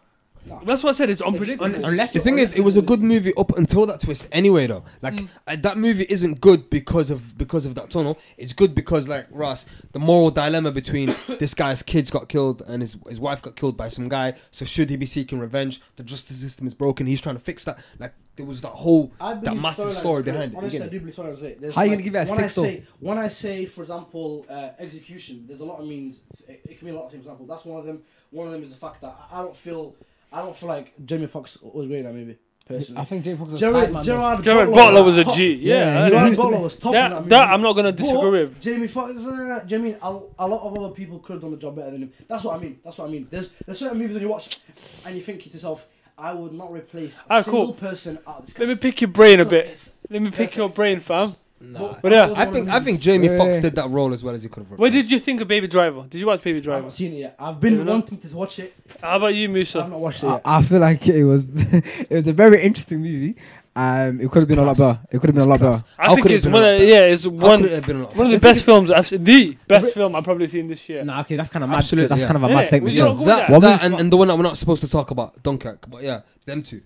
That's what I said. It's unpredictable.
Unless
The thing is, it was a good movie up until that twist. Anyway, though, like uh, that movie isn't good because of because of that tunnel. It's good because, like Ross, the moral dilemma between this guy's kids got killed and his his wife got killed by some guy. So should he be seeking revenge? The justice system is broken. He's trying to fix that. Like there was that whole
I
that
believe
massive
storylines
story
is great.
behind it. you
Honestly,
get
I
it.
do believe storylines is great. There's
How you
like-
gonna give that a
when I
six, though?
say, When I say, for example, uh, execution, there's a lot of means. It, it can be a lot of things. For example, that's one of them. One of them is the fact that I- I don't feel, I don't feel like Jamie Foxx was great in that movie. Personally,
I think Jay Fox was a
Gerard,
sideman. bro.
Gerard,
Gerard Butler was a G.
he
Yeah. yeah.
Gerard
used to
Butler
be-
was top in that
That,
movie.
that I'm not gonna
But
disagree with.
Jamie Foxx. Uh, Jamie, a, a lot of other people could have done the job better than him. That's what I mean. That's what I mean. There's there's certain movies that you watch and you think to yourself, I would not replace a
Ah,
single
cool.
person out of this.
Let me
cast."
pick your brain a
Because
bit.
it's-
Let me pick your brain, fam.
Nah.
But yeah,
I think I think Jamie
Yeah.
Foxx did that role as well as he could have.
What did you think of Baby Driver? Did you watch Baby
I
Driver?
haven't seen it yet. I've
You're
been
not-
wanting to watch it.
How about you,
I've
Musa?
not watched it
I,
yet.
I feel like it was it was a very interesting movie. Um, it could have been a lot better. It could have been a lot better.
I
How
think
could it
it's
have been
one.
a lot
Of, yeah, it's one.
One could it have been a lot.
One of the best films I've seen. The best film I've probably seen this year.
Nah, okay, that's kind of
mad.
mad.
Absolutely,
that's
yeah.
kind of a
Yeah,
mad statement.
we
still.
don't go with
that,
that.
that, and, and the one that we're not supposed to talk about, Dunkirk. But yeah, them two.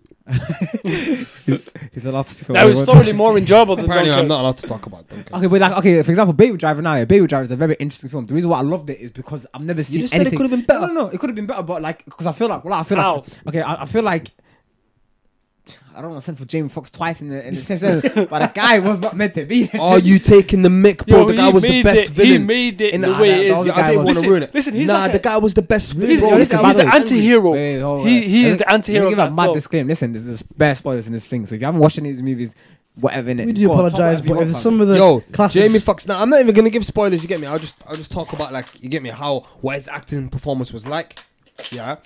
He's allowed to speak.
That was thoroughly more enjoyable than
Apparently,
Dunkirk.
I'm not allowed to talk about Dunkirk.
Okay, but like, okay, for example, Baby Driver now. yeah, Baby Driver is a very interesting film. The reason why I loved it is because I've never seen
just said it
anything.
could have been
No,
better.
No, no, it could have been better, but like, because I feel like, well, I feel
How?
like, okay, I, I feel like. I don't want to send for Jamie Foxx twice in the, in the same sentence, but the guy was not meant to be.
Are you taking the mic, bro?
Yo,
the
he
guy was the
made
best
it- He
villain.
made it
in
the
Nah,
way
nah,
it
the
is.
other
Yeah, I
guy
didn't
was-
want to ruin it.
Listen, he's
nah,
like
the
a-
guy was the best villain.
He's,
bro.
he's,
This guy
he's
was
the
angry.
anti-hero.
Wait, hold
he
on.
he is
Let me-
the
Let
anti-hero.
me
of
give a
that
mad
film.
disclaimer. Listen, there's this bad spoilers in this thing, so if you haven't watched any of these movies, whatever in it.
We do apologise, but if some of the
Yo,
classics,
Jamie Foxx. Now I'm not even gonna give spoilers. You get me? I'll just, I'll just talk about like, you get me? How what his acting performance was like, yeah.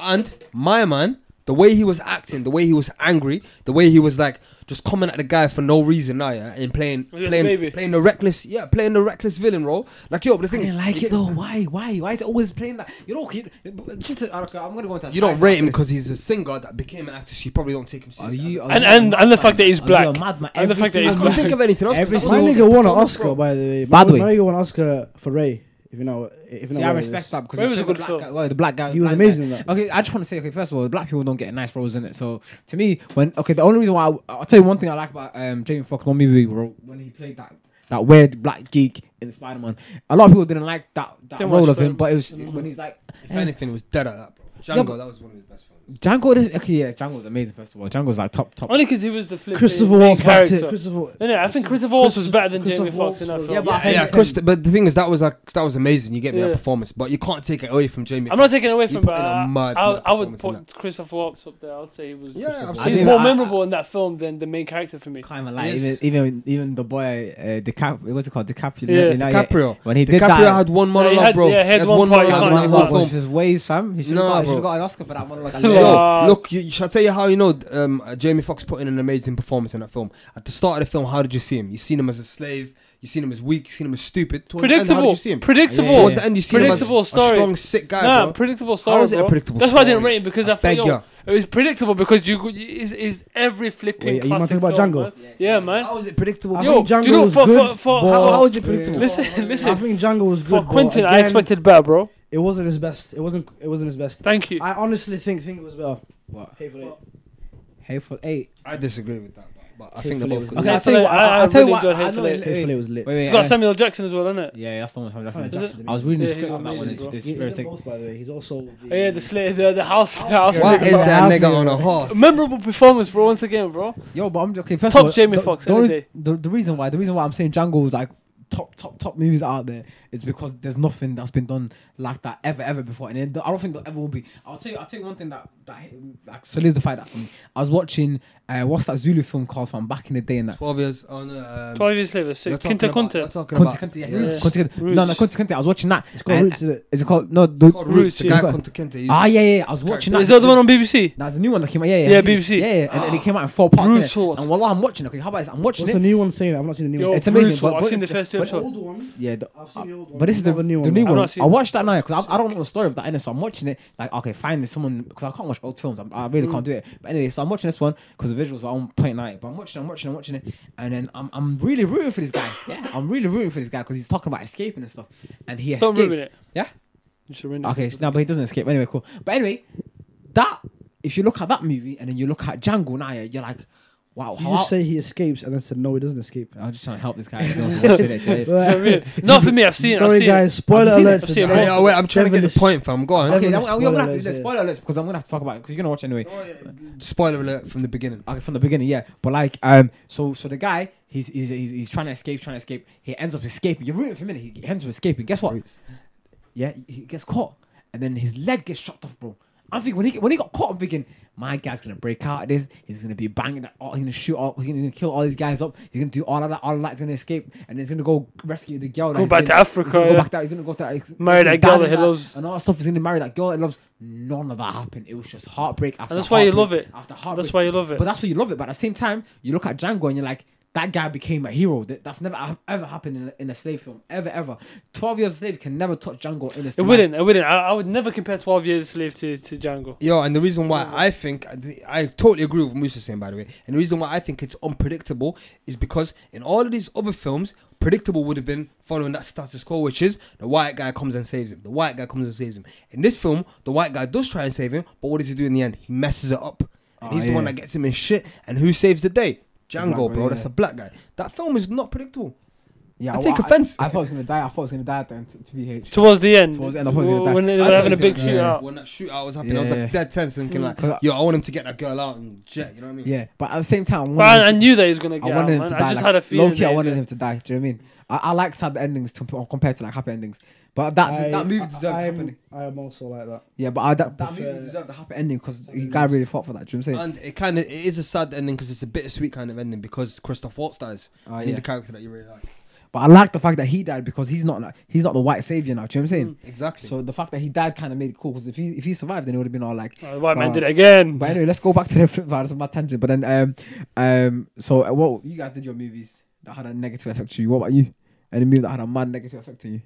And my man, the way he was acting, the way he was angry, the way he was like just coming at the guy for no reason now, yeah, and playing,
Yeah,
playing,
maybe.
playing the reckless, yeah, playing the reckless villain role. Like yo, but the
I
thing is,
didn't like it though. Why? Why? Why is it always playing that? You don't. You, just, okay, I'm gonna go into. a
you don't
side
rate him
after this.
because he's a singer that became an actor. So you probably don't take him
Are
seriously.
you, are you
And- and-
a
and the
madman?
fact that he's
Are you
black.
a madman?
And the
Every
fact that he's
I
single-
can't think of anything else. 'cause
Every
that
my
was
nigga
all
won an
performance,
Oscar,
bro.
by the way.
By the
My- my
way.
nigga won an Oscar for Ray. If you know, if you know.
See, I
what it
respect
is.
that because
Ray
he's
was a
playing
good
black
film.
guy- well, the black guy.
He was
black
amazing
guy.
in that.
Okay, I just want to say, okay, first of all, black people don't get nice roles in it. So to me, when okay, the only reason why I, will tell you one thing I like about um, Jamie Foxx one movie we wrote, when he played that that weird black geek in Spider Man, a lot of people didn't like that, that
Didn't
role
watch
of him,
Spider-Man.
but it was when he's like
If anything, it was dead at that, bro.
Yeah,
Django,
but-
that was one of his best films.
Django. This, okay, yeah, Django's amazing. First of all, Django's like top top.
Only because he was the flip.
Christopher
main
Waltz back to
character.
Christopher.
No, no, I think Christopher Waltz was better than
Christopher
Jamie Foxx in that
Waltz was-
film.
Yeah, but I
Yeah,
think-
yeah Chris, but the thing is, that was like that was amazing. You get me
Yeah.
that performance, but you can't take it away from Jamie.
I'm not
Foxx.
taking away
He
from
put
that.
in a
I,
mad,
I,
mad
I would
performance in
put Christopher Waltz up there. I'd say he was.
Yeah,
Christopher-
absolutely.
he's
I
more
do- I-
memorable in that film than the main character for me.
Kind of like
Yes.
even even even the boy uh, DiCap what's it called DiCaprio
Yeah.
Leonardo-
DiCaprio.
when he did
DiCaprio
that
had one
Yeah, he
monologue,
had-
bro.
yeah, he had one part you
that
can't
in the
leave
whole
out.
monologue
film.
was his ways fam he should
Nah,
have got, he
bro.
should've got an Oscar for that monologue
Yo,
alone.
Uh,
Yo, look, you, shall I tell you how you know um, Jamie Foxx put in an amazing performance in that film? At the start of the film, how did you see him? You seen him as a slave. You seen him as weak. You seen him as stupid. Towards The end, how did
predictable,
you see him?
predictable.
Towards the end, you seen him as
Predictable
a
story.
strong, sick guy,
nah,
bro.
predictable story.
How is it a
bro.
predictable
That's why I didn't
story?
rate it because I
Beg
feel
ya.
it was predictable because you could- is is every
Wait,
flipping.
are you
classic
talking about
film,
Django?
Man. Yeah, man.
How is it predictable?
I
bro?
Yo,
think
do you
Django
know
was
for-
good.
for- for-
but-
how, how is it predictable?
Listen,
I
listen.
think Django was
For
good. but
Quentin, I
again,
expected better, bro.
it wasn't his best. It wasn't. It wasn't his best.
Thank you.
I honestly think think it was better.
What?
Hateful Eight.
Hateful Eight.
I disagree with that, but, but I
Okay,
think they
Phil
both
is
could.
good.
Okay, I'll
Hateful
tell you
Eight,
what.
I- I
I'll tell you
really
what.
enjoyed
I
Hateful
know-
Eight.
Hateful Eight was lit.
Wait, wait,
It's got
uh,
Samuel Jackson as well, isn't it?
Yeah, that's the one. That's
Samuel
the
Jackson's
one. I was reading
Yeah,
the
he's
script on that
amazing,
one. It's,
bro.
it's
He-
very
he's in
sick.
both, by the way. He's also. The,
Yeah, the slave, the the house, the house.
Why
Yeah.
is that
Yeah.
nigga on a horse?
Memorable performance, bro. Once again, bro.
Yo, but I'm okay. First
Top
of all,
Jamie
the-
Foxx
The,
any
reas-
day.
the, the reason why the reason why I'm saying Django is like top top top movies out there is because there's nothing that's been done like that ever ever before, and it, I don't think there ever will be. I'll tell you, I'll tell you one thing that that hit- like solidified that for me. I was watching uh, what's that Zulu film called from back in the day, and that.
Twelve years on. Um,
Twelve Years Later,
you're
sick.
talking
Quinta
about- you're
Kunta.
talking
Conte,
about-
Conte, yeah,
yeah.
Roots. Conte, Conte. No, no,
Roots.
Conte, Conte. I was watching that.
It's got
and-
roots in it.
Is it called no? The,
It's called Roots. The guy
Roots.
Kunta Kinte. he's-
Ah, yeah, yeah, yeah. I was watching that.
Is that the one on BBC?
That's the new one that came out. Yeah, yeah.
Yeah,
I've seen it.
BBC.
Yeah, yeah. And, and it came out in four parts. innit?
Brutal.
And while I'm watching, okay, how about this? I'm watching
What's
it.
the new one saying? I've not seen the new
Yo,
one.
It's amazing,
brutal.
but-
I've
but-
seen the first two
but-
episodes.
one.
Yeah, the,
I've seen the old one.
but this is the,
Not
the new one. The new
I've
one.
not seen
I
it.
watched that now because I, I don't know the story of that in it, so I'm watching it. Like, okay, finally someone because I can't watch old films. I, I really
Mm.
can't do it. But anyway, so I'm watching this one because the visuals are on point nine. But I'm watching, I'm watching, I'm watching it, and then I'm I'm really rooting for this guy. Yeah, I'm really rooting for this guy because he's talking about escaping and stuff, and he
Don't
escapes.
ruin it.
Yeah.
You should ruin it.
Okay, so, no, but he doesn't escape. Anyway, cool. But anyway, that if you look at that movie and then you look at Django now, yeah, you're like, wow.
You
how-
just say he escapes and then said no, he doesn't escape.
I'm just trying to help this guy. He doesn't want to watch it, actually.
Not for me. I've seen it. I've
Sorry,
seen
guys. Spoiler
I've seen it,
alert.
I've seen it.
Wait, wait, I'm trying to get
Devilish.
the point, fam. Go on.
Okay, I'm,
Devilish
I'm gonna
spoiler
have to do
alert,
spoiler alerts because I'm gonna have to talk about it because you're gonna watch anyway.
Spoiler alert from the beginning.
Okay, from the beginning, yeah. But like, um, so so the guy, he's he's he's, he's trying to escape, trying to escape. He ends up escaping. You're rooting for him, and he ends up escaping. Guess what? Yeah, he gets caught, and then his leg gets chopped off, bro. I'm thinking when he when he got caught, I'm thinking my guy's gonna break out of this. He's gonna be banging. At all, he's gonna shoot all. He's gonna kill all these guys up. He's gonna do all of that. All of that. He's gonna escape, and then he's gonna go rescue the girl. that
Go
he's
back to
been-
Africa,
He's gonna go
yeah.
back there. He's gonna go to he's
Marry
gonna
that girl
down
that
and
he loves.
and all that stuff. He's gonna marry that girl that he loves. None of that happened. It was just heartbreak after.
that's why you
heartbreak
love it.
After
That's
heartbreak.
why you love it.
But that's why you love it. But at the same time, you look at Django and you're like, that guy became a hero. That- That's never ha- ever happened in a, in a slave film. Ever, ever. 12 Years a Slave can never touch Django in a
It
slave
wouldn't. It wouldn't. I, I would never compare Twelve Years a Slave to, to Django.
Yo, and the reason why I think I totally agree with what Musa's saying, by the way, and the reason why I think it's unpredictable is because in all of these other films, predictable would have been following that status quo, which is the white guy comes and saves him. The white guy comes and saves him. In this film, the white guy does try and save him, but what does he do in the end? He messes it up,
Oh,
and he's the
yeah.
one that gets him in shit. And who saves the day? Django,
black
bro.
guy,
That's
yeah.
a black guy. That film is not predictable.
Yeah,
I take offense.
I, thought it was going to die. I thought it was going to die at the end, to, to BH.
Towards the end.
Towards the end, I thought he was gonna die.
When they
I
were
thought
having a
it was
big
gonna
die.
be-
shootout.
When that shootout was happening, I was
Yeah.
like dead tense, thinking
Mm.
like, "Yo, I want him to get that girl out and jet." You know what I mean?
Yeah, but at the same time, I
But I, I
wanted,
knew that he was gonna get
I
out.
wanted him
man.
to
I
die.
just
like,
had a feeling.
Low-key,
that
I
he was
wanted
gonna-
him to die. Do you know what I mean? I, I like sad endings to, compared to like happy endings. But that
I-
that movie
I-
deserved the
I'm-
happy ending.
I am also like that.
Yeah, but I, that, that
prefer-
movie deserved the happy ending because the guy really fought for that. Do you know what I'm saying?
And it kind of it is a sad ending because it's a bittersweet kind of ending because Christoph Waltz dies.
Oh,
and he's
yeah.
a character that you really like.
But I like the fact that he died because he's not like, he's not the white savior now. Do you know what I'm saying?
Exactly.
So the fact that he died kind of made it cool because if he if he survived, then it would have been all like.
Oh, the white man
wow.
did it again.
But anyway, let's go back to the flip virus of my tangent. But then, um, um, so uh, what you guys did your movies that had a negative effect to you? What about you? Any movie that had a mad negative effect to you?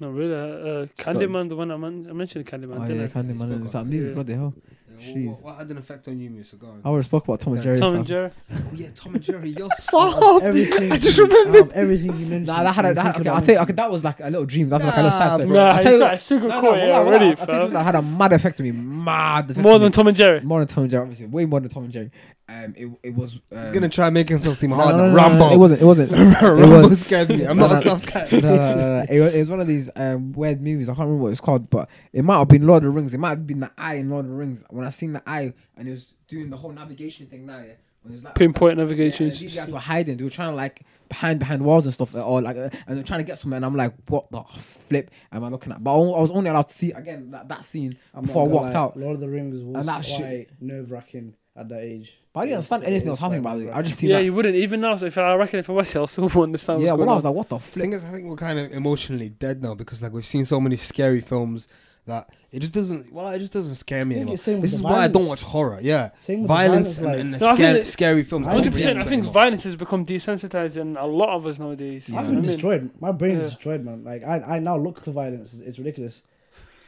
No, really. Uh, uh, Candyman, the one I, man- I mentioned, Candyman.
oh
didn't
yeah,
I?
Candyman.
spoke
and
on
That
it.
movie,
Yeah.
bloody hell!
Yeah, what-
Jeez.
what, what had an effect on you, Musa? Go on.
I would have spoke about Tom and
Tom
Jerry.
Tom
fam.
and Jerry.
Oh yeah, Tom and Jerry. You're soft.
Everything. I just
remembered.
everything you mentioned.
Nah, that had a, that,
Think
okay,
about
I'll
it.
tell you, okay, that was like a little dream. That's like a little side story.
Nah,
I'll
you
tell you,
try to
no,
sugarcoat
no,
it
hold on, hold on.
already,
I'll tell you something
fam.
that had a mad effect on me. Mad. effect
More
on me.
than Tom and Jerry.
More than Tom and Jerry, obviously. Way more than Tom and Jerry. Um, it, it was. Um,
He's gonna try and make himself seem
no,
hard.
no, no, no,
Rambo.
no, It wasn't. It wasn't. it
Rambo
was.
scares me. I'm
No,
not a
no.
soft guy.
No, no, no, no, no. It, was, it was one of these um, weird movies. I can't remember what it's called, but it might have been Lord of the Rings. It might have been the Eye in Lord of the Rings. When I seen the Eye and it was doing the whole navigation thing now, yeah. When it was like,
Pinpoint
yeah,
navigation.
and these guys were hiding. They were trying to like behind behind walls and stuff, or like, uh, and they're trying to get somewhere. And I'm like, what the flip am I looking at? But I on- I was only allowed to see again that, that scene
I'm not
before I
gonna
walked
lie,
out.
Lord of the Rings was
And
quite
that shit.
nerve-wracking at that age.
But I didn't understand anything that was happening. By the way, I just seen
Yeah,
that.
you wouldn't even now. So if I reckon if I watched it, I'll still understand.
yeah,
what's
when I
going
was like, what the
The
flip?
thing is, I think we're kind of emotionally dead now because like we've seen so many scary films that it just doesn't. Well, it just doesn't scare me
I think
anymore.
it's same with
This
the
is why I don't
violence.
watch horror. Yeah,
Same with the
violence,
violence,
and, and
No, I think
the scary,
it-
scary films. I don't
100. percent I
watch
think
anymore.
violence has become desensitized in a lot of us nowadays. you know
I've
what
been
I mean?
destroyed. My brain
Yeah.
is destroyed, man. Like I, I now look for violence. It's, it's ridiculous.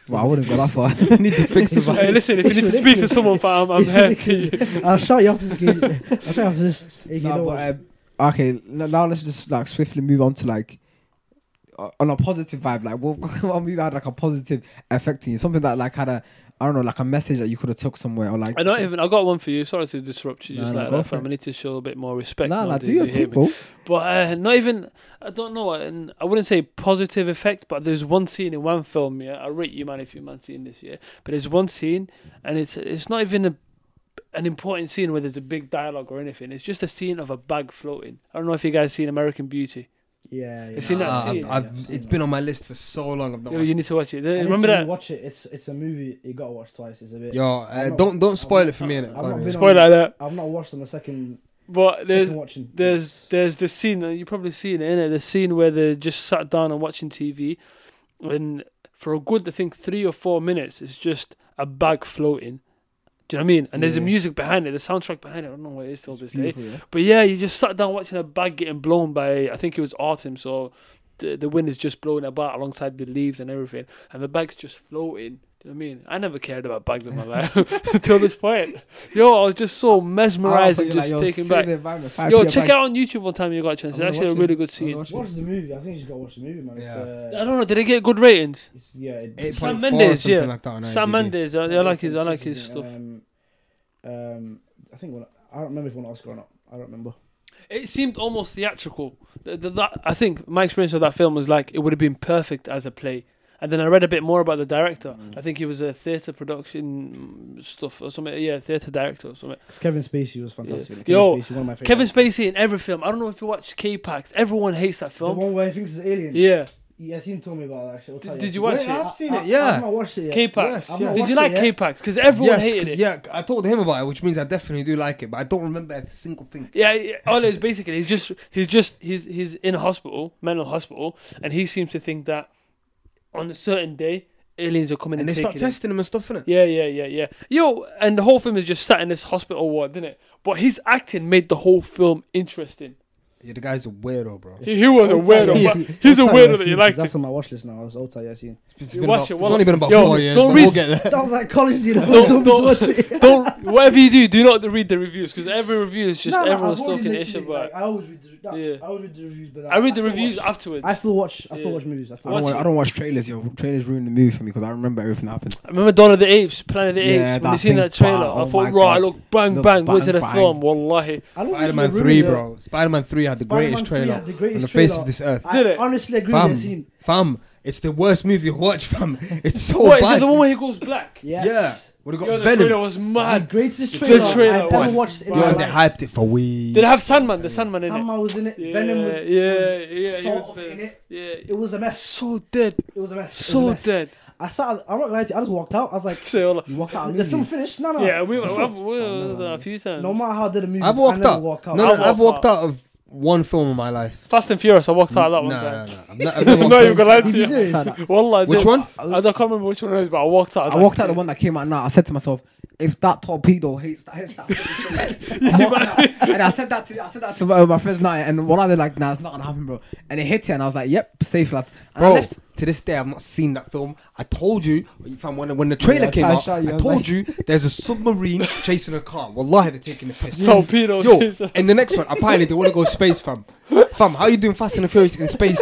Well, I wouldn't go that far.
I need to fix the
Hey,
violence.
listen, if you
It's
need to speak to
ridiculous.
someone, fam, I'm
It's
here.
ridiculous. I'll shout you after this. Game. I'll shout you after this. Hey, you
Nah,
know
but,
what?
um, okay, n- now let's just like swiftly move on to like uh, on a positive vibe. Like, what what movie had like a positive effect on you? Something that like had a I don't know, like a message that you could have took somewhere or like.
I don't even. I got one for you. Sorry to disrupt you.
No,
Just
no,
like
go
that,
for
fam.
it.
I need to show a bit more respect.
Nah, nah,
nowadays,
do your
you hear
thing,
me?
bro.
But uh, not even, I don't know, and I wouldn't say positive effect, but there's one scene in one film, yeah, I rate you man if you man seen this, yeah, but there's one scene, and it's it's not even a, an important scene where there's a big dialogue or anything. It's just a scene of a bag floating. I don't know if you guys seen American Beauty.
yeah, yeah.
I've seen that
Ah,
scene.
I've, I've, it's been on my list for so long. I've not.
Yo,
watched
you
it.
need to watch it.
I need
Remember
to
that?
Watch it. It's it's a movie. You gotta watch twice. It's a bit.
Yo, uh,
I'm not-
don't don't
I'm
spoil
not-
it for me. innit?
I'm
Go
not
on,
been
innit?
on-
Spoiler alert.
I've not watched on the second.
But there's
second watching.
there's there's the scene uh, you probably seen it, innit? The scene where they just sat down and watching TV, and for a good I think three or four minutes, it's just a bag floating. Do you know what I mean? And there's a
Yeah.
music behind it, the soundtrack behind it. I don't know what it is till this day.
Beautiful, yeah.
But yeah, you just sat down watching a bag getting blown by I think it was autumn, so the the wind is just blowing about alongside the leaves and everything, and the bag's just floating. Do you know what I mean? I never cared about bags in my life till this point. Yo, I was just so mesmerized
I
and
don't
just
feel like, yo,
taken
sit
back.
in the environment, fire
Yo,
Peter
check it
Pan.
out on YouTube one time you got a chance. It's
I'm gonna
actually a
watch it.
really good
I'm gonna
scene.
watch it.
Watch the movie. I think you just gotta watch the movie, man. It's,
Yeah.
I
uh,
don't know. Did it get good ratings?
it's, yeah. It,
It's
Sam
like four or
Mendes,
something
yeah.
like that on
Sam
IMDb.
Mendes, I, I like his, I like his
Um,
stuff.
Um, I think one, I don't remember if one Oscar or not. I don't remember.
It seemed almost theatrical. The, the, that, I think my experience of that film was like it would have been perfect as a play. And then I read a bit more about the director.
Mm.
I think he was a theatre production mm, stuff or something. Yeah, theatre director or something.
'Cause Kevin Spacey was fantastic.
Yeah.
Kevin
Yo,
Spacey, one of my favorite.
Kevin Spacey in every film. I don't know if you watch K-Pax. Everyone hates that
the
film.
one where he thinks it's alien.
Yeah.
Yes, he told me about that. Actually, I'll
Did-
tell
did you watch
Wait,
it?
I-
I've seen it,
I-
yeah.
I've not watched it yet.
K-Pax.
Yes,
I've
yeah.
not
Did
watched
you
it
like
yet.
K-Pax? Because everyone
'cause,
hated it.
Yeah, I told him about it, which means I definitely do like it, but I don't remember every single thing.
Yeah, yeah, all is basically he's just he's just he's he's in a hospital, mental hospital, and he seems to think that on a certain day aliens are coming and,
And, they start
taking him.
testing him and stuff, innit?
Yeah, yeah, yeah, yeah. Yo, and the whole film is just sat in this hospital ward, didn't it? But his acting made the whole film interesting.
Yeah, the guy's a weirdo, bro.
He, he was a
I'll tell you,
weirdo.
I
But
see-
he's a
I'll tell you, I
weirdo that
see,
you
'cause
liked
That's
it.
on my watch list now. I was old tired. I seen.
It's,
You
been
watch it,
about, it's
well,
only been about
yo,
four years.
don't
but
read-
we'll get there.
That was like college, you know.
Don't-
Don't,
don't-
watch it.
Don't whatever you do, do not read the reviews because every review is just
No, no,
everyone's
I've already
talking ish
literally,
about.
Like, I always read the, no,
Yeah.
I always read the reviews, but
I read the
still
reviews
watch-
afterwards.
I still watch. I still
Yeah.
watch movies. I still
I don't,
Watch
watch, I
it.
don't watch trailers, yo. Trailers ruined the movie for me because I remember everything that happened.
I remember Dawn of the Apes, Planet of the
Yeah,
Apes. When I
that
seen
thing
that trailer,
bang, oh
I
my
thought, right,
God.
look, bang,
Look,
bang, went to
bang,
the
bang.
film. Wallahi,
I don't think
Spider Man
they
3,
ruined it.
bro. Spider Man 3 had the
Spider-Man
greatest
3
trailer
had the
on
greatest
the face
trailer.
of this earth.
Did
I
it?
honestly agree with
Fam,
that scene.
fam, it's the worst movie I've watched, fam. It's so
Oh,
what is
bad.
it? The one where he goes black?
Yes.
Yeah. Would have
Yo,
got
the trailer
Venom.
was
The
mad.
greatest
The
trailer,
trailer
I've
was
ever watched in
bad.
Yo,
my
and they
life.
hyped it for weeks.
Did it have Sandman? The Sandman in it.
Sandman was in it.
Yeah,
Venom was,
yeah,
was
yeah, he
sort
was
of
there.
in it.
Yeah,
It was a mess.
so dead,
It was a mess. it
so
was a mess.
dead.
I sat. I'm not gonna lie to you. I just walked out. I was like,
Say all
You walked out of
the
the
film
movie.
finished. No, no.
Yeah, we were,
The
we
film-
were a few times.
no matter how I did a movie,
I've walked
never
out.
walk out.
No, no,
I've
I've
walked
walked out of one film in my life.
Fast and Furious. I walked out of that one
No, no,
time.
no. I've not- I've
No,
never walked
you've got
out.
lied
Are
to
you
you.
serious?
Wallah, I
Which
did.
one?
I don't can't remember which one it was, but I walked out.
I walked out the one that came out now. I said to myself, if that torpedo hits that, hits that, I'm walking out. and I said that to I said that to my, my friends night, and one of them like, nah, it's not gonna happen, bro. And it hit it, and I was like, yep, safe lads. And I
Bro,
left.
to this day, I've not seen that film. I told you, fam, when, when the trailer
Yeah,
came
I
out,
shot you, I
I
was
told
like-
you there's a submarine chasing a car. Wallahi, they're taking the piss.
Torpedoes.
Yo, and the next one, apparently they want to go space, fam. Fam, how you doing Fast and the Furious in space?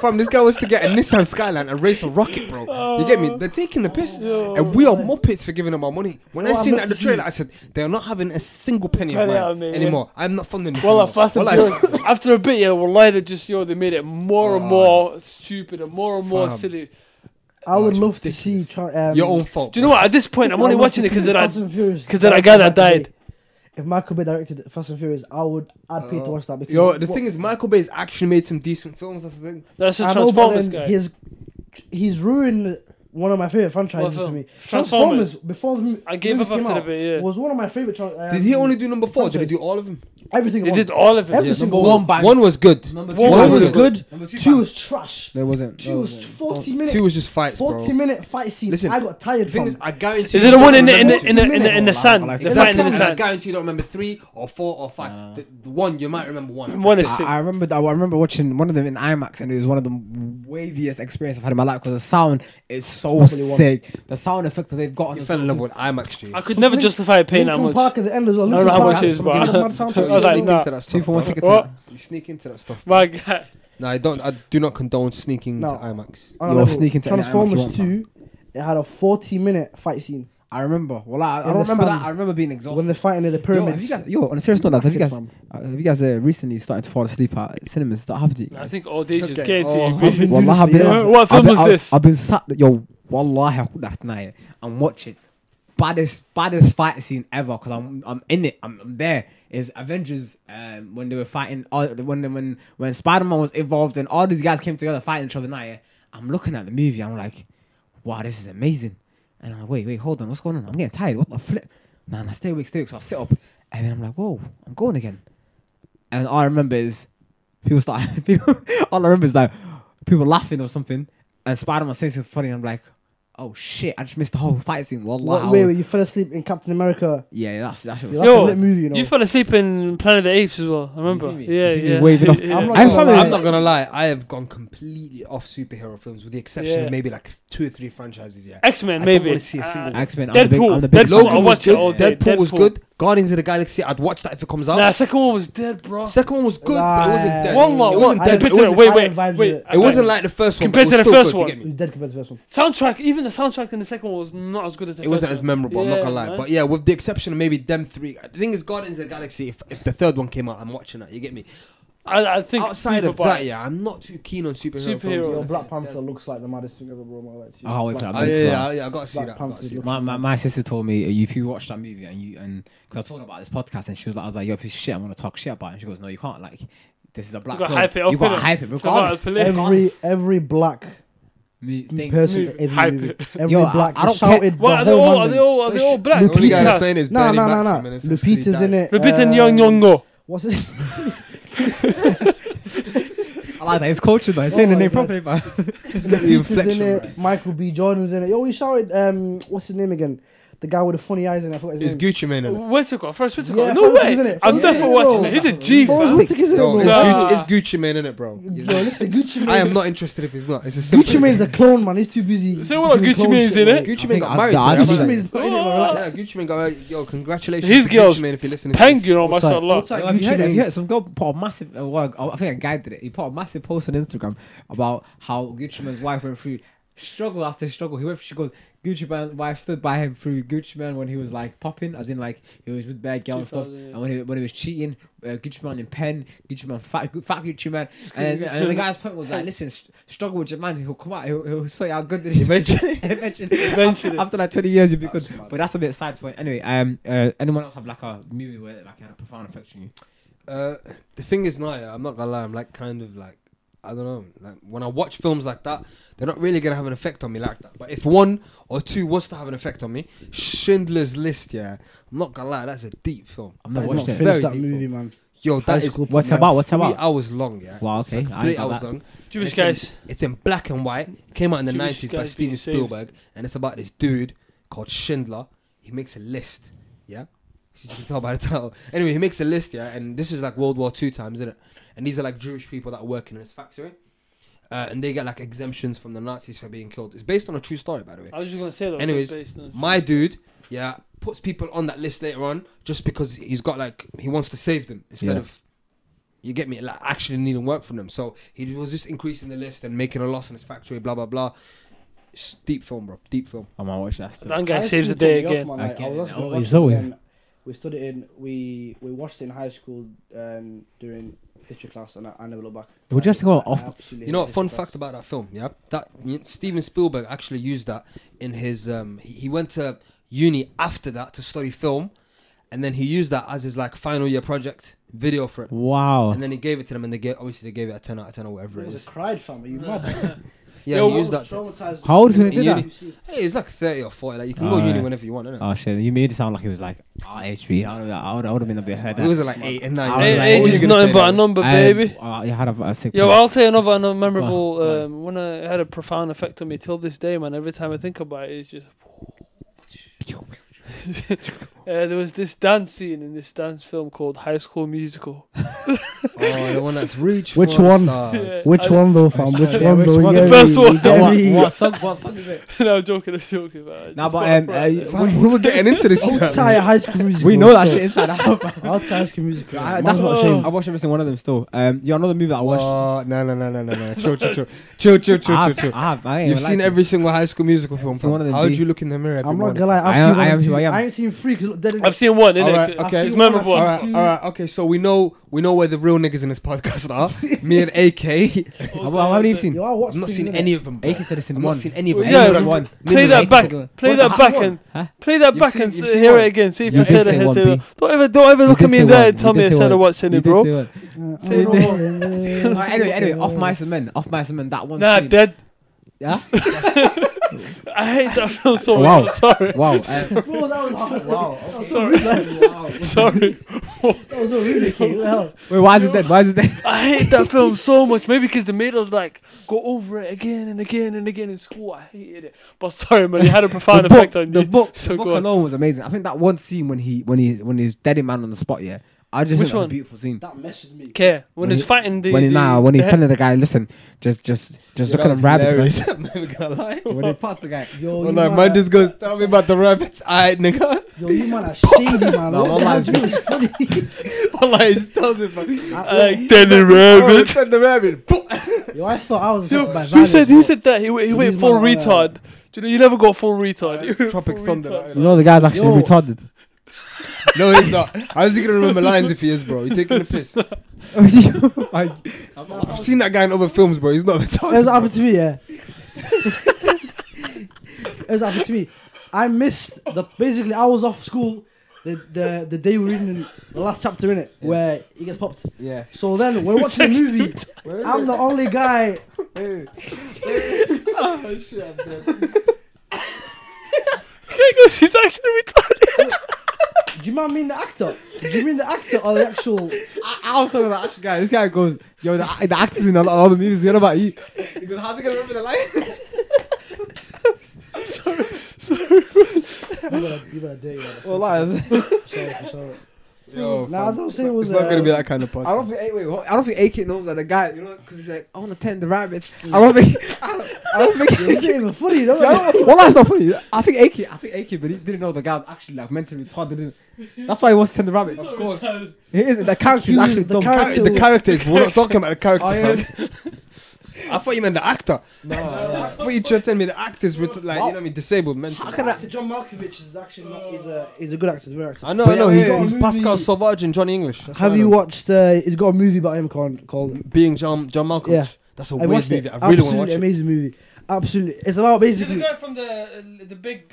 Fam, this guy wants to get a Nissan Skyline and race a rocket, bro. You get me? They're taking the piss. and we are muppets for giving them our money. When I
Well, I
seen that
must
in the
see.
trailer, I said, they're not having a single penny of
Penny out of me,
mine
yeah.
anymore. I'm not funding this.
Well,
anymore.
Fast and
Wallahi,
Furious. After a bit, yeah, well, they just yo, they made it more and
Oh.
more stupid and more and more
Fam.
silly.
I would
Oh,
love to
it's
see. Tra- um,
Your own fault.
Do you know what? At this point, I'm
I
only
would love
watching
to
it because
see
then I
Fast and Furious.
because then I
If
got that
Michael Bay-
died.
If Michael Bay directed Fast and Furious, I would. I'd pay to watch that because.
Oh. Yo, the
what-
thing is, Michael Bay has actually made some decent films. That's the thing.
That's a
I know, but
Transformers
then
guy.
he's he's ruined one of my favorite franchises
What
for me.
film?
Transformers before the mo-
I gave
movies
up
came
after
out,
the bit, yeah.
was one of my favorite. Tra- um,
Did he only do number four? Did he
franchise.
do all of them?
Every single
They
one.
did all of it.
Every
Yeah.
single
one
one.
bang.
One was good.
Number two
One
One
was
was
good.
good.
Number two
Two
bang.
was trash.
There wasn't.
Two was 40 minutes.
Two was just fights, bro.
40 minute fight scene.
Listen,
I got tired
thing
from.
is, I guarantee.
Is
you
it the
don't
one in the in
remember
the in the in the, in the sand? The
It's
There's
fighting
some
in the
that I
sand.
guarantee you don't remember three or four or five. The, the one you might remember one.
One is
I,
sick.
I remember that. I remember watching one of them in IMAX, and it was one of the waviest experiences I've had in my life because the sound is so
one.
sick. The sound effect that they've got. on
You
the-
fell in love with IMAX, G.
I could never justify paying that
Linkin
much.
Park at the end as well.
I don't know
Linkin
how much
Park
it is,
had
but
some mad soundtrack.
I was like, nah.
that
Two for one
bro.
ticket.
What?
to
You sneak into that stuff.
My guy.
No, I don't. I do not condone sneaking
No.
to IMAX.
On
You
a
are
level,
sneaking to any IMAX you
Transformers
want,
2, it had a 40 minute fight scene
that. I remember. Well, I, I
the
don't remember that.
sand.
I remember being exhausted.
when they're fighting in the
Yo, have
pyramids.
you guys, yo, on a serious note, lads, have you guys,
Knackered
uh,
fam.
have you guys uh, recently started to fall asleep at cinemas? Has That happened to you?
I think old age is
Okay.
getting
Oh,
to you.
been doing
Wallahi,
this
I've
for
been,
years.
What film
I've been-
was
I've-
this?
I've been sat, yo, wallahi, that night, I'm watching baddest, baddest fight scene ever because I'm, I'm in it, I'm, I'm there. Is Avengers um, when they were fighting, all when they- when when Spider Man was involved and all these guys came together fighting each other. Night, yeah? I'm looking at the movie, I'm like, wow, this is amazing. And I'm like, wait, wait, hold on, what's going on? I'm getting tired. What the flip, man? I stay awake, stay awake. So I sit up, and then I'm like, whoa, I'm going again. And all I remember is people start. People, all I remember is like people laughing or something, and Spider Man saying something funny. And I'm like, oh shit, I just missed the whole fight scene. Wallah,
Wait, wait, you fell asleep in Captain America.
yeah, that's that's.
Yo, that's a
Yo,
lit movie, you know.
You fell asleep in Planet of the Apes as well. I remember.
see me?
Yeah,
You see me
yeah.
waving off-
Yeah.
I'm not
I'm
gonna
family-
lie.
I'm not gonna lie. I have gone completely off superhero films, with the exception
Yeah.
of maybe like two or three franchises. Yeah.
X Men,
I don't
maybe.
wanna see a single
Uh,
X Men.
Deadpool.
I'm the big, I'm the big
Deadpool,
fan.
I
Logan was
watch it
good.
all day.
Deadpool, was
Deadpool.
good. Guardians of the Galaxy. I'd watch that if it comes out.
Nah, second one was dead, bro.
Second one was good, but it wasn't dead.
One lot,
it wasn't
one.
dead.
Compared to
but It
the-
wasn't,
wait,
I
wait,
don't vibe
wait.
with it.
I
it wasn't
don't-
like the first one.
Compared
but it was
to the
still
first
good,
one.
You get me?
He's dead compared to the first one.
soundtrack. Even the soundtrack in the second one was not as good as the
It
first
wasn't
one.
as memorable. I'm not gonna lie.
man.
But yeah, with the exception of maybe them three. The thing is, Guardians of the Galaxy. If if the third one came out, I'm watching that. You get me?
I, I think
Outside
people
of
buy
that,
it.
yeah, I'm not too keen on superhero,
Superhero.
films.
Yo, Black Panther looks like the maddest thing ever, bro. My life.
I can't wait for that.
Oh, yeah,
movie.
yeah, yeah, I gotta see
Black
that. I gotta
Panther
see
looks-
that.
My, my, my sister told me uh, if you watch that movie and you and because I told her about this podcast and she was like I was like yo piece of shit I'm gonna talk shit about it and she goes no you can't like this is a black
You gotta
film.
hype it up.
you gotta
innit?
hype it
It's about
regardless
the police.
Every every black
Me- think-
person
Move.
is in
Hype
the movie.
it.
Every
Yo, I-
black.
I don't
they shouted
care.
the
What are they
whole
all?
man
Are
name.
they all? Are they all black?
The only guy that's
Lupita.
playing is
Nah,
Bernie
nah,
Mac
nah, nah.
from Menace to
Lupita's
Society.
in it.
Repeat
uh,
and Young Yongo.
What's his?
I like that it's culture though it's saying
Oh
the
my
name
God.
properly but
Lupita's in
inflection,
it.
right.
Michael B. Jordan's in it. Yo, he shouted. Um, what's his name again? The guy with the funny eyes in it. I forgot his
It's
name.
Gucci Mane in it.
Whitaker, Forrest Whitaker.
Yeah,
no
Forrest
way.
Whitaker's in it.
I'm
Forrest
definitely
Whitaker's in
watching
it.
it. He's a G.
Forrest
man.
Whitaker's in it,
Yo,
bro.
it's,
Nah.
Gucci, it's Gucci Mane in it, bro.
Yo, listen, Gucci
I
Mane.
am not interested if he's not. It's a simple.
Gucci Mane's a clone, man. He's too busy.
Say what,
doing
Gucci
clone
Mane's
shit,
in
man.
it?
I
Gucci Mane
think
got
I-
married.
I-
to
Gucci
her,
Gucci
man.
Mane's not in it, man. Relax.
Yeah, Gucci Mane got married. Yo, congratulations.
His
to
girls-
Gucci Mane, if you're listening. to
Peng,
this.
you know, mashallah.
What's that
have you
Gucci
heard? Have
Mane?
you heard? Some girl put a massive. Uh, well, I think a guy did it. He put a massive post on Instagram about how Gucci Mane's wife went through struggle after struggle. He went. She goes. Gucci Mane's wife stood by him through Gucci Mane when he was like popping, as in like he was with bad girl and stuff,
2000, yeah.
and when he when he was cheating, uh, Gucci Mane in pen, Gucci Mane fat, gu- fat Gucci Mane, and, then- and then the guy's point was like, listen, st- struggle with your man, he'll come out, he'll, he'll show you how good it is. Eventually, eventually,
Eventually.
after like twenty years, you'll be good. but that's a bit sad. But anyway, um, uh, anyone else have like a movie where like had a profound effect on you?
Uh, the thing is, now yeah, I'm not gonna lie. I'm like kind of like I don't know. Like when I watch films like that, they're not really gonna have an effect on me like that. But if one or two was to have an effect on me, Schindler's List, yeah, I'm not gonna lie. That's a deep film.
I've not
I've
That is
watched
not
it.
finished
Very
that
deep
movie,
film.
man.
Yo, that
High
is
school
What's
yeah,
about? What's
three
about?
hours long. Yeah.
Wow,
It's
okay,
like
I
three
got
hours
that.
long.
Jewish
It's in-
guys.
It's in black and white. Came out in the
Jewish
nineties by
guys being
Steven
saved.
Spielberg, and it's about this dude called Schindler. He makes a list. Yeah, you can tell by the title. Anyway, he makes a list. Yeah, and this is like World War Two times, isn't it? And these are like Jewish people that work in his factory, uh, and they get like exemptions from the Nazis for being killed. It's based on a true story, by the way.
I was just gonna say that.
Anyways, My dude, yeah, puts people on that list later on just because he's got like he wants to save them instead
Yeah.
of you get me like actually needing work from them. So he was just increasing the list and making a loss in his factory, blah blah blah. It's deep film, bro. Deep film.
Oh, I might watch that still.
that guy
High
saves the
school
day
taught me off,
again.
man, like, I
Again,
was actually
always,
watching it
always.
when We stood it in. We we watched it in high school um, during history class, and I, I never looked back.
Would you have to go off-
You know what? Fun fact about that film, yeah. That Steven Spielberg actually used that in his. Um, he, he went to uni after that to study film, and then he used that as his like final year project video for it.
Wow.
And then he gave it to them, and they gave obviously they gave it a ten out of ten or whatever
It
it
was
is.
a cried fam. Are you mad?
Yeah,
Yo,
we use that.
Traumatized.
How old is when they did
that?
that?
Hey, it's like 30 or 40. Like, you can
Oh,
go uni
yeah.
whenever you want, innit?
Oh shit! You made it sound like it was like our age. really. I would, I would, I would have been a bit hurt.
it was at like 8 and 9.
I was
A-
like,
Age
what
is
you
nothing but a number, baby.
I, uh, had a, a sick.
Yo, I'll tell you another, another memorable
on.
um, one. that had a profound effect on me till this day, man. Every time I think about it, it's just. uh, there was this dance scene in this dance film called High School Musical.
Oh, the one that's reach
Which
for
one?
Oh,
stars.
Yeah.
Which
I-
one though, fam? Which
Yeah,
one
which
though?
one?
You
The
get
first
me?
one.
You get me?
what, song, what song is it?
no, I'm joking. I'm joking. Man.
Nah, but
Just
um,
thought
uh,
I'd throw it
Fam, we were getting into this.
Old
shit.
tired high school music.
we know that shit inside out.
Old tired high school music.
I,
Man's
that's
not
not a
ashamed.
shame. I watched every single one of them still. Um, you another movie that I watched.
Oh, no, no, no, no, no, no. Chill, chill, chill. Chill, chill,
I
chill,
have,
chill, chill.
Ah, I have. I ain't
You've
gonna
seen
lie to you.
every single High School Musical film.
Seen one of
fam.
them
How would
big-
you look in the mirror every
I'm not
morning?
gonna lie. I've
I
seen
am- I
one
am
or
who I
two.
am.
I ain't seen three. Cause they didn't-
I've seen one.
All
innit?
right, okay.
It's memorable.
All right, all right, okay. So we know we know where the real niggas in this podcast are. Me and AK.
How, how many have you
Yo,
seen?
I watched
I've not
two,
seen
innit?
any of them. bro.
AK said it's in
I've
one.
not seen any of
Well,
them.
yeah,
None of
one.
them.
Play
Nigga,
that
ain't
back.
gonna-
Play
What's
that
the
back
one?
and
Huh?
play that
You've
back
seen-
and
you've
s-
seen
hear
one.
it again. See if
You
I
did
said I
say
hit
one,
it.
B.
Don't ever, don't ever look
You
at me
did
in
say
there
one.
and tell
You
me
did
I
say
said I
one.
watched
You
it,
did
bro.
say one.
I don't know.
Alright, anyway, anyway, off mice and men, off mice and men. That one.
Nah,
scene.
dead.
Yeah.
I hate that film so
Oh,
much.
wow.
I'm sorry.
Bro,
Wow. uh,
that was hard. That was so
Sorry.
rude. That
Sorry.
was so rude. okay, What the hell?
Wait, why is it dead? Why is it dead?
I hate that film so much. Maybe because they made us like go over it again and again and again in school. I hated it. But sorry, man, it had a profound
the
effect
book,
on
the
you.
book,
So
the book
go on.
alone was amazing. I think that one scene when he when he when he's deading man on the spot, yeah. I just think
Which
that was
one?
a beautiful scene.
That messaged me.
Care when,
When
he's
he-
fighting the
when he,
the-
nah, when
the
he's
head-
telling the guy, listen, just just just look at them rabbits, man.
I'm never gonna lie.
when he passed the guy,
Yo,
Well,
Oh, you
like,
man
man
are-
just goes, tell me about the rabbits. Alright, nigga.
Yo, you man are shady, man.
No,
What the hell
I'm like-
do you think is funny?
Well, like, he tells him, man.
Uh, like Danny
Oh,
Rabbit.
it's the rabbit.
Yo, I thought I was affected by
Who
violence.
said who
bro.
said that? He, wa- he
These
went
man
full
are-
retard. Do you know you never go full retard? You went
Tropic
full
Thunder.
retard.
like,
you know the guy's actually
Yo.
retarded.
No, he's not. How's he gonna remember lines if he is, bro? He's taking the piss.
I,
I've seen that guy in other films, bro. He's not
That's what
retarded.
happened to me, yeah. That's what happened to me. I missed the basically I was off school the the, the day we we're reading the last chapter in it where he gets popped.
Yeah.
So then we're watching the movie. I'm the only guy.
Okay, she's actually retarded.
Do you man mean the actor? Do you mean the actor or the actual?
I was talking about the action guy. This guy goes, yo, the, the actors in a lot of other movies. What about you? He goes, how's he gonna remember the lines?
You gotta, you gotta do it.
Well, like,
Sure, for sure.
Yo,
Nah,
fam.
as I was saying was
It's not gonna
uh,
be that kind of
I don't
podcast.
think. Wait, wait, I don't think AK knows that the guy, you know, because he's like, I want to tend the rabbits. I don't think. I don't, I don't think.
It's not even funny, though.
Yeah, well, that's not funny. I think AK, I think AK, but he didn't know the guy was actually like mentally retarded. didn't he? That's why he wants to tend the rabbits. Of course, he is. The character is
He was
actually
the
dumb.
character.
The characters, but we're not talking about the character.
Oh, yeah.
fam. I thought you meant the actor.
No,
I thought you tried to tell me the actor's ret- like, you know what I mean, disabled mentally.
How can actor John Malkovich is actually not? He's a he's a good actor. He's a very actor.
I know,
But
I know.
yeah,
He's,
yeah,
he's
yeah.
Pascal
Movie-
Sauvage in Johnny English. That's what
Have
I
you
know.
watched? Uh, he's got a movie about him called. called
Being John John Malkovich?
Yeah.
That's a
I
weird
watched
movie.
it.
I really want to
Absolutely
watch it.
amazing movie. Absolutely, it's about basically.
from the the big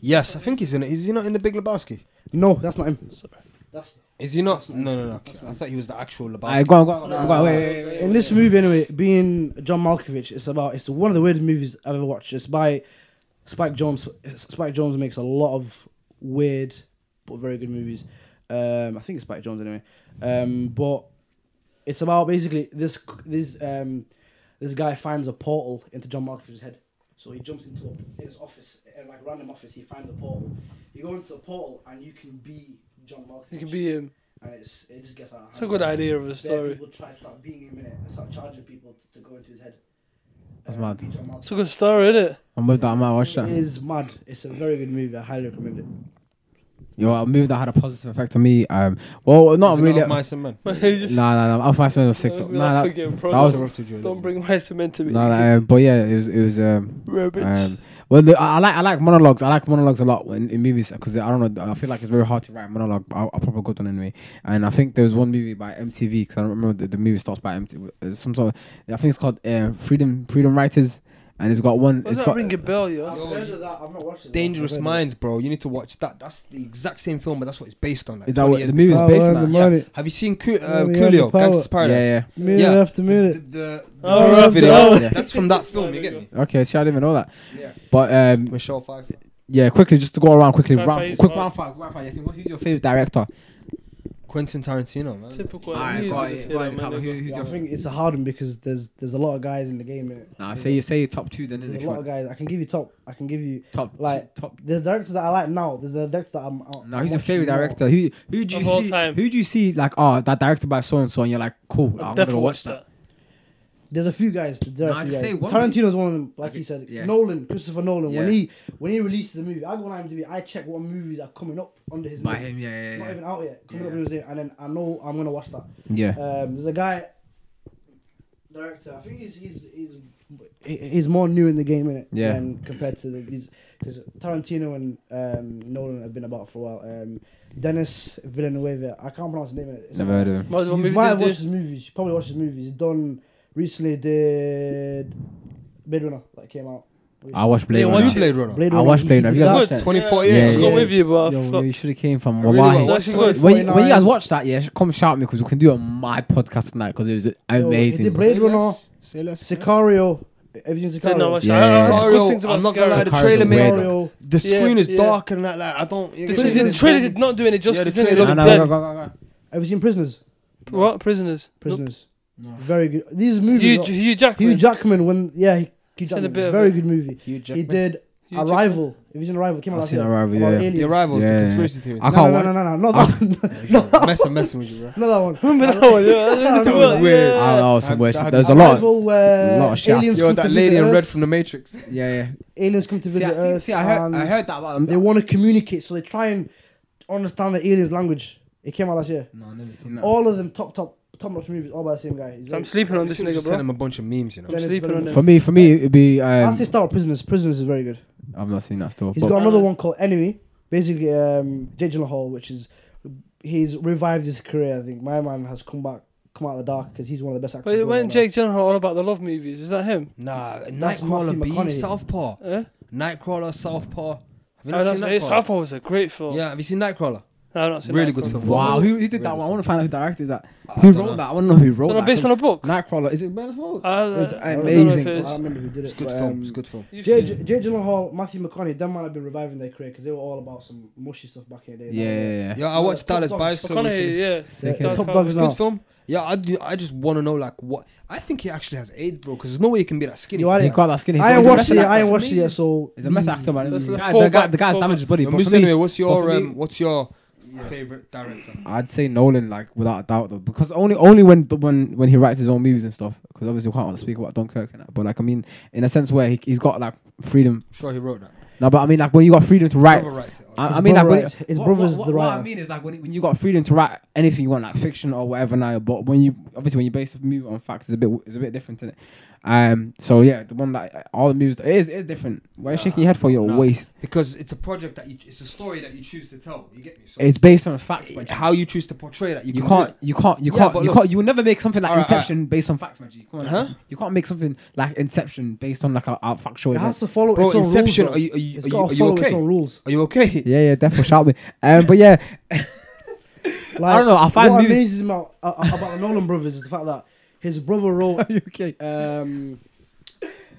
Yes, I think he's in it. Is he not in the Big Lebowski?
No, that's not him. That's
Is he not? No, no, no. I thought he was the actual
I
Lebowski.
go on, go on, go on, go on. Wait, wait, wait, wait.
in this movie anyway. Being John Malkovich, it's about. It's one of the weirdest movies I've ever watched. It's by Spike Jones. Spike Jones makes a lot of weird but very good movies. Um, I think it's Spike Jones anyway. Um, but it's about basically this this um, this guy finds a portal into John Malkovich's head. So he jumps into a, his office, uh, like random office. He finds a portal. You go into the portal and you can be John Malkovich.
You can be him.
And it's, it just gets out. of
It's a
hand.
good idea of a
There,
story.
people try to start beating him in it and start charging people to, to go into his head.
That's
Uh,
mad.
be John Malkovich.
It's a good story, isn't it?
I'm with that. I might watch
It
that.
is mad. It's a very good movie. I highly recommend it.
Yo, a movie that had a positive effect on me. Um, well, not
Is it
really. uh,
Of Mice and Men.
Nah, nah, nah. Alpha Iceman was sick. though. Nah, that, was-
Don't bring my cement to me.
nah, nah, um, but yeah, it was, it was. Um,
Rabbits.
Um, well, the, I I like I like monologues. I like monologues a lot in, in movies because I don't know. I feel like it's very hard to write a monologue. But I'll, I'll probably go down anyway. And I think there was one movie by MTV because I don't remember the, the movie starts by MTV. Some sort. Of, I think it's called uh, um, Freedom Freedom Writers. and it's got one.
What's
it's
that
got
ring a bell, yo?
I've heard of that. I've not watched it.
Dangerous
I've heard of
Minds, bro. You need to watch that. That's the exact same film, but that's what it's based on. Like,
is that
20
what
years
the movie is
before.
based
Power
on?
and
that?
the money.
Have you seen Cu- uh,
Yeah, we have
Coolio,
the
Gangster's
power.
Yeah,
Paradise?
yeah.
Minute
Yeah.
after minute.
The, the,
Oh,
the-
right,
video.
yeah.
That's from that film. You get me?
Okay, see, I didn't even know that.
Yeah.
But um,
Michelle Pfeiffer.
yeah, quickly just to go around quickly.
Round
Round,
five,
quick
round-
round five. Round five. Yasin, what- who's your favorite director?
Quentin Tarantino, man.
Typical.
Alright,
He is
alright,
just
yeah,
here,
right,
man,
Callum,
nigga.
who- who's
Yeah, I
your-
think it's a hard one because there's there's a lot of guys in the game. Innit?
Nah, say you say your top two, then
There's
if
a
you
lot of
want.
guys. I can give you top. I can give you.
top
like-
top.
There's directors that I like now. There's a director that I'm. out-
Now
I'm
who's your
watching
favorite
now.
director? Who who do you
Of all
see?
time.
Who do you see like oh that directed by so and so and you're like cool. I'm
I've
gonna go
definitely
watch
watched
that.
that.
There's a few guys. There are
Nah,
a few
just
guys.
say one,
Tarantino's one of them. Like
Okay,
he said,
yeah.
Nolan, Christopher Nolan. When
Yeah.
he when he releases a movie, I go on IMDb. I check what movies are coming up under his.
By
name.
him, yeah, yeah, yeah.
Not even out yet. Coming up
Yeah.
under his name, and then I know I'm gonna watch that.
Yeah.
Um, there's a guy, director. I think he's he's he's, he- he's more new in the game in it.
Yeah.
Than compared to the because Tarantino and um, Nolan have been about for a while. Um, Dennis Villeneuve. I can't pronounce his name. Innit? It's
Never
like-
heard of him.
Might as well
you
move
might
to
have watched
this.
his movies. You probably watched his movies. He's done recently did Blade Runner that came out.
I watched Blade
Yeah,
Runner.
watch
You Blade Runner.
Blade
I watched Blade Runner. Have you guys
That-
watched it?
2048.
Yeah,
I'm
yeah,
not
yeah.
with you, but
Yo,
Oh, fuck.
you should have came from
I really
Wallahi.
wanna
That's
watch
good.
when, you, when you
49.
guys watch that, yeah, come shout me because we can do it on my podcast tonight because it was
Yo,
amazing.
He did Blade
Say
Runner,
less, Say less.
Sicario. Have you seen
Did not
Sicario?
watch
Yeah.
that. I heard
Sicario,
Good things about
I'm not gonna lie,
Sicario.
the
Sicario's
trailer made
weird.
Sicario.
The screen
Yeah,
is
yeah.
dark and that. Like, I don't.
The trailer- The trailer did not do any justice.
the
did it? It
trailer
looked
No, no,
dead.
go, go, go, go.
Have you seen Prisoners?
What prisoners?
Prisoners.
No.
Very good. These movies.
Hugh,
are-
Hugh Jackman.
Hugh Jackman. When yeah, he, Hugh
Seen a
Jackman.
bit of
Very
it.
good movie.
Huge.
He did
Hugh Jackman.
Arrival. Have you seen Arrival? It Came out
I've
last
seen
year.
Arrival,
About
yeah. Oh.
aliens.
The arrivals,
Yeah.
the conspiracy theory.
I
No, no,
can't watch.
no, no, no, not that. one.
I'm messing, I'm messing with you, bro.
Not that one.
Remember that one? Yeah, that's
That
the
was
one,
weird.
yeah.
I don't know some weird shit. There's a lot.
Arrival, where
lot of shit.
aliens
Yo,
come to
that
visit
lady in red
Earth.
from the Matrix.
Yeah,
aliens come to
yeah. See,
visit
I, see,
Earth.
see, I heard,
and
I heard that about them.
They want to communicate, so they try and understand the aliens' language. It came out last year.
No, I've never seen that.
All of them top, top, top notch movies, all by the same guy. He's
I'm
very-
sleeping on this nigga,
Just sent
bro.
him a bunch of memes, you know.
Dennis
sleeping
Villeneuve.
For me, for me, it'd be.
I'll
Um,
say start with Prisoners. Prisoners is very good.
I've not seen that still.
He's
but-
got another one called Enemy. Basically, um, Jake Gyllenhaal, which is he's revived his career. I think my man has come back, come out of the dark because he's one of the best actors.
But it
going
went
now.
Jake Gyllenhaal all about the love movies. Is that him?
Nah,
That's
Nightcrawler,
Matthew
B,
McConaughey.
Southpaw,
Eh?
Nightcrawler, Southpaw. Have you
Oh,
not
that's
seen
it.
Nightcrawler?
Southpaw was a great film.
Yeah, have you seen Nightcrawler?
No, I've not seen that
Really good
film.
film.
Wow, who, who did
Really
that one? I
good.
want to find out who directed that.
I
Who
don't
wrote
know.
that? I want to know who wrote
No, no,
that.
based on a book.
Nightcrawler. Is it Ben as well?
Uh,
It was
I
don't know
amazing.
if
I
it is.
don't remember who did it.
It's a good
but,
film.
um,
It's a good film.
You've
Jay,
seen it.
Jay Gyllenhaal, Matthew McConaughey, them man have been reviving their career because they were all about some mushy stuff back in the day.
Yeah, yeah, yeah.
Yeah, I watched
Top
Dallas
Dogs.
Buyers Club. recently.
McConaughey, yeah.
Sick.
Dallas
Top
Cowboys.
Dogs
Good
now.
film. Yeah, I, do, I just want to know like what I think he actually has AIDS, bro. Because there's no way he can be that skinny.
You are-
He got that skinny.
I
he's
ain't
a
watched
method
it.
actor.
I ain't watched it yet, so
He's a method actor, man.
That's
The
like
guy,
full
the guy,
back,
the guy's
full
damaged his body.
Yeah,
But
Mr.
for me,
Anyway, what's your
for me-
um, what's your favorite director?
I'd say Nolan, like without a doubt, though, because only only when the- when when he writes his own movies and stuff, because obviously we can't want to speak about Dunkirk and that. But like, I mean, in a sense where he, he's got like freedom.
I'm sure he wrote that.
No, but I mean, like when you got freedom to write,
Whoever writes it.
I,
His
I mean, like,
brother
when,
writes- his brother's
what,
the
what I
writer.
mean is like when, when you got freedom to write anything you want, like fiction or whatever. Now, but when you obviously when you base a movie on facts, it's a bit it's a bit different, is it? Um. So yeah, the one that all the movies it is it is different. Why are you shaking your head for your
nah.
waist?
because it's a project that you, it's a story that you choose to tell. You get me? So
It's based on facts, but
how you choose to portray that. You,
You
can
can't,
do
you can't, you
Yeah,
can't,
but
you
look-
can't. You will never make something like
Alright,
Inception based on facts, Maggie. Come on,
Huh?
you can't make something like Inception based on like a, a factual.
it
event.
has to follow
it. bro.
its own
Inception.
rules.
Are
though.
you are you,
It's
are you,
gotta
are you
follow its
okay?
own rules.
Are you okay?
Yeah, yeah, definitely shout me. Um, but yeah,
Like,
don't know, I find
what
movies-
amazes me about, uh, uh, about the Nolan brothers is the fact that his brother wrote
okay.
um,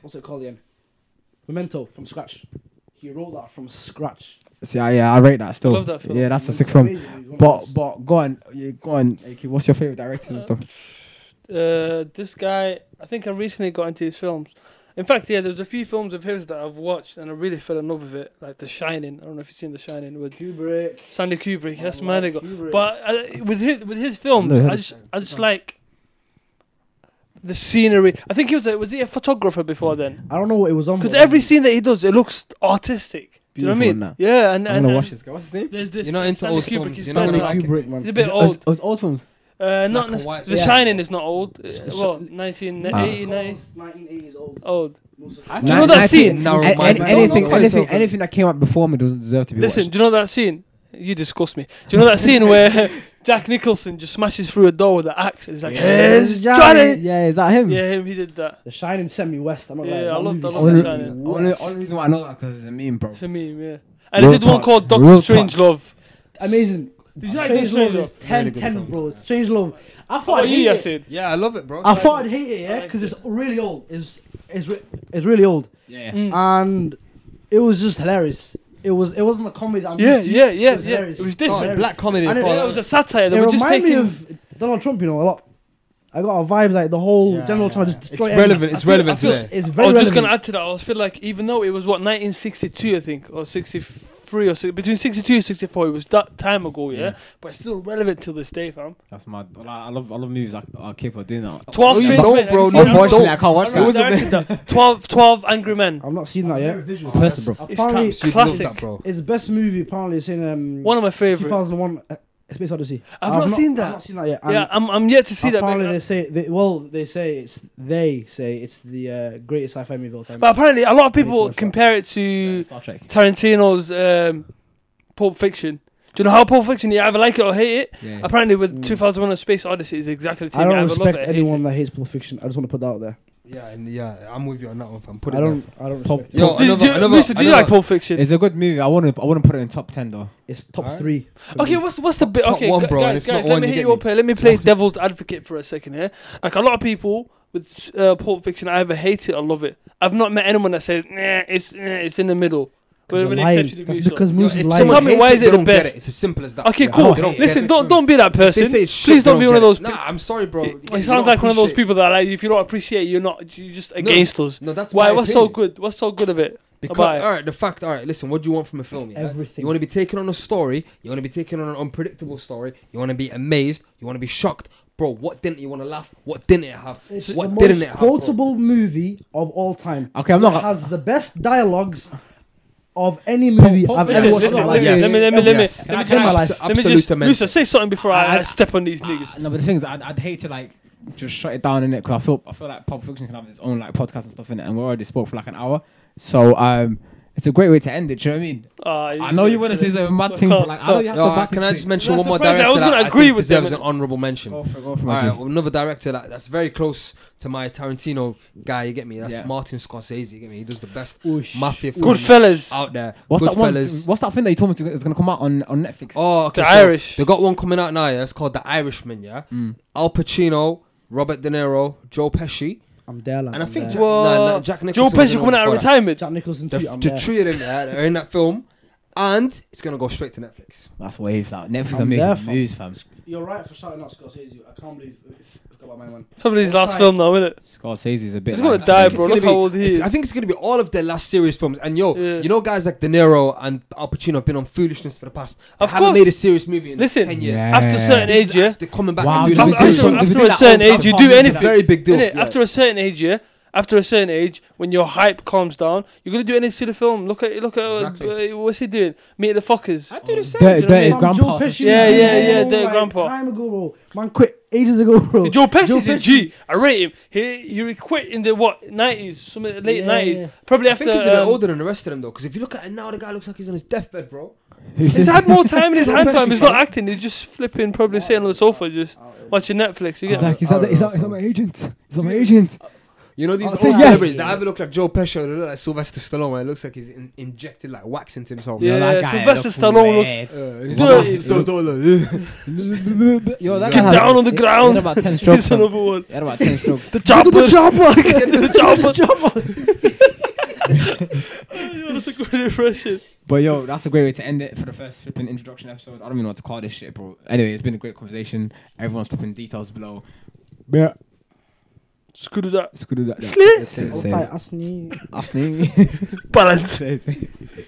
what's it called again? Memento from scratch. He wrote that from scratch.
See, I, yeah, I rate that still.
Love that film.
Yeah, that's a
It's
sick film.
amazing, he's one of
But
those.
but go on, yeah, go on. Aki, what's your favorite directors and stuff?
Uh, this guy, I think I recently got into his films. In fact, yeah, there's a few films of his that I've watched and I really fell in love with it, like The Shining. I don't know if you've seen The Shining with
Kubrick.
Stanley Kubrick. Yes,
I
man,
like
I got.
Kubrick.
But uh, with his with his films,
No,
I just I just like the scenery. I think he was a, was he a photographer before then?
I don't know what it was on.
Because
but-
every scene that he does, it looks artistic. Do you know what I
Beautiful,
mean?
nah.
Yeah, and,
I'm
and,
gonna
and
watch this guy. What's his name?
there's this.
You're not into
Stanley
old
Kubrick
films,
is
you're not
Stanley
gonna like it.
Kubrick, man.
He's a bit
It was,
old.
it was old films.
Uh,
Black
not
and
nec-
white,
The
yeah.
Shining is not old. Uh, well, 19,
Ah.
80, 90
1980s old.
old.
I
Do you know that scene?
Narrow
An-
mind.
an- anything,
Don't know
anything,
yourself.
anything that came out before me doesn't deserve to be
Listen,
watched.
do you know that scene? You disgust me. Do you know that scene where Jack Nicholson just smashes through a door with an axe and he's like,
Yes,
"Here's Johnny!"
Yeah, is that him?
Yeah, him, he did that.
The Shining sent me west. I'm not
Yeah,
lying.
I
That
love- I
movie
love
sent
The
me
Shining.
Only,
west.
only reason why I know that because it's a meme, bro.
It's a meme, yeah. And he
Real
did one
talk.
called
Real
Doctor Strange Love.
Amazing.
Did you like Oh,
Strange
Strange
Love is
Love?
10,
Really good
10,
film.
bro. Strange Love. I thought
What
I'd
about
hate
you,
it.
Yasin?
Yeah, I love it, bro.
I thought I'd hate it, yeah,
liked
because it's really old. It's it's re- it's really old,
Yeah.
Mm.
and it was just hilarious. It was it wasn't a comedy. That I'm
Yeah,
used to.
yeah, yeah,
It was
yeah.
hilarious.
It was
It
different.
was
Oh,
hilarious.
black comedy.
And it-
Yeah, it was a satire. They
It
were just
remind
taking.
me of Donald Trump, you know, a lot. I got a vibe like the whole
Yeah,
Donald
yeah,
Trump
yeah.
just
It's
destroyed.
relevant, it's relevant
I feel-
today.
It's
I
very
was just going to
relevant.
add to that. I was feel like even though it was what 1962, I think, or 63 or six, between 62 and 64, it was that time ago, yeah.
Yeah.
But it's still relevant till this day, fam.
That's mad. Like, I love I love movies that are capable of doing that.
12
you
Strange
don't,
Men. have
bro,
you seen
no,
that?
Unfortunately,
don't.
I can't watch
I
was
that.
a-
directed that. 12, 12 Angry Men.
I've not seen that yet.
Visual
Person, bro.
Apparently,
camp. classic.
bro.
it's the best movie. Apparently, it's in um,
One of my favourite.
2001 uh, Space Odyssey.
I've not seen that.
I've not seen that yet.
Yeah,
and
I'm, I'm yet to see that.
apparently
mate.
they say they, well they say it's they say it's the uh, greatest sci-fi movie of all time.
But apparently, a lot of
Need to
people
watch
compare it to
Star Trek.
Tarantino's um, Pulp Fiction. Do you know how Pulp Fiction? You either like it or hate it.
Yeah.
Apparently, with 2001: A Space Odyssey, is exactly the
I
same. You
don't
either love
respect
it or hate
anyone that hates Pulp Fiction. I just want to put that out there.
Yeah, and yeah, I'm with you on that one, fam. Put it
I don't. I don't
Pulp-
respect.
Yo,
it.
it. Did,
Another-
you,
another-
Mister, did you
another-
like Pulp Fiction?
It's a good movie. I want to I want to put it in top ten though.
It's top
Alright.
three. for
Okay,
me.
what's what's the bit?
top
Okay,
one,
gu-
bro, and
guys,
it's not
guys,
one,
let me
you
hit
get
you
me.
up here. Let me play devil's advocate for a second here. Like a lot of people with uh, Pulp Fiction, I either hate it or love it. I've not met anyone that says nah, it's nah, it's in the middle.
Because
With-
you're
with the
lying.
exception of
That's
you, sir.
because Moose is
if
lying.
Tell
someone
me
hates
why
it,
is it
they
the
don't get
best?
It's as simple as that.
Okay,
Yeah,
cool.
they don't get
Listen,
it.
don't don't be that
If they
person.
say it's shit,
Please
they
don't be one of
get
those
it.
people.
Nah, I'm sorry, bro. You-
It
you
sounds
don't
like one of those
appreciate-
people that like, if you don't appreciate, you're not you're just against us.
No, that's
Why?
my
What's so
opinion.
good? What's so good of it?
Because
about it?
all right, the fact. All right, listen. What do you want from a film? yeah?
Everything.
You want to be taken on a story. You want to be taken on an unpredictable story. You want to be amazed. You want to be shocked, bro. What didn't you want to laugh? What didn't it have?
It's
what
the
didn't
most
it have? bro?
quotable movie of all time.
Okay, I'm
It
not-
has the best dialogues of any movie
Pulp
I've
Fiction,
ever watched.
Listen,
in
listen,
my
let
life.
me
Yes.
let me let me let me
Yes.
let me
In my
just-
life.
let me
Absolute
just
amazing.
Musa, say something before I, I step on these Ah, niggas.
No, but the thing is, I'd, I'd hate to like just shut it down in it because I feel I feel like Pulp Fiction can have its own like podcast and stuff in it, and we already spoke for like an hour, so um, it's a great way to end it. Do you know what I mean?
Ah, you
I
just
know
made
you want to
it.
say it's a mad thing, but like I know you have
No,
to
I-
back
can I just mention
I'm
one more
surprised I
director
was
that
gonna
I
agree
think
with
deserves
them.
an honourable mention?
Go for it, go for it,
All right,
G.
well, another director that, that's very close to my Tarantino guy. You get me? That's
Yeah.
Martin Scorsese. You get me? He does the best
Oosh.
mafia film
Goodfellas.
out there.
What's that one?
Goodfellas.
What's that thing that you told me to, it's gonna come out on on Netflix?
Oh, okay.
The
so
Irish.
They got one coming out now. Yeah, it's called The Irishman. Yeah, Al Pacino, Robert De Niro, Joe Pesci,
I'm there, lad.
and I
I'm
think
there.
Jack,
Whoa.
nah, nah, Jack
Joe
Nicholson.
Pesci coming out of retirement.
Jack Nicholson
The,
too. I'm
the
there.
three of them yeah, that are in that film, and it's gonna go straight to Netflix.
That's waves. That Netflix
I'm
are
there,
making
fam.
moves, fam.
You're right for shouting out Scorsese. I can't believe I forgot about my man.
Probably his last film now, isn't it?
Scorsese is a bit.
He's gonna
like-
die,
I
bro.
think it's
Look how
gonna be-
old he
it's-
is.
I think it's gonna be all of their last series films. And yo,
Yeah.
you know, guys like De Niro and Al Pacino have been on foolishness for the past. They
Of
haven't
course.
made a serious movie in
Listen.
ten years.
Yeah.
after a certain
This
age,
is-
yeah.
They're coming back
Wow,
and
they
doing a
did
After,
this
series.
is- they
after,
film.
did
after a
that
certain
all-
age, you
that
do
all-
anything.
Very big deal.
innit?
yeah.
After a certain age, yeah. After a certain age, when your hype calms down, you're gonna do any silly film. Look at look at
Exactly.
uh, what's he doing? Meet the fuckers.
I do the
Dirty,
Do you
same.
know what I
dirty
mean?
grandpa.
Joe Pesci,
Yeah,
man,
yeah, yeah,
bro,
the
like,
grandpa.
Time ago, bro. Man quit ages ago, bro.
Joe Pesci's
Joe
a G. I rate him. He he quit in the what nineties, some of the late
Yeah,
nineties,
yeah.
probably
I
after.
think he's a bit
um,
older than the rest of them though, because if you look at it now, the guy looks like he's on his deathbed, bro.
Who's
He's
this?
had more time in his hand, fam. He's
Pesci,
not acting. He's just flipping, probably sitting on the sofa, just watching Netflix. You
He's
get
like,
me?
is that, is that, is that my agent? Is that my agent?
You know these
I'll
old
say yes.
celebrities that either look like Joe Pesci or they look like Sylvester Stallone. Where it looks like he's in- injected like wax into himself.
Yeah,
that guy
Sylvester
looks
Stallone
weird.
looks-
Uh, he's
Yeah.
like, "Don't- don't look."
Yo, that
Get
guy had-
down on the
he-
ground.
He had about ten strokes.
He's
fam.
another one.
He had about ten strokes.
The chopper. The chopper. the chopper. Yo, Oh, That's a good impression.
But yo, that's a great way to end it for the first flipping introduction episode. I don't even know what to call this shit, bro. Anyway, it's been a great conversation. Everyone's flipping details below. Yeah,
Screw that.
screw that.
Slit.
Same,
Pesci.
same.
That's new.
That's me.
Balance.
Same, same.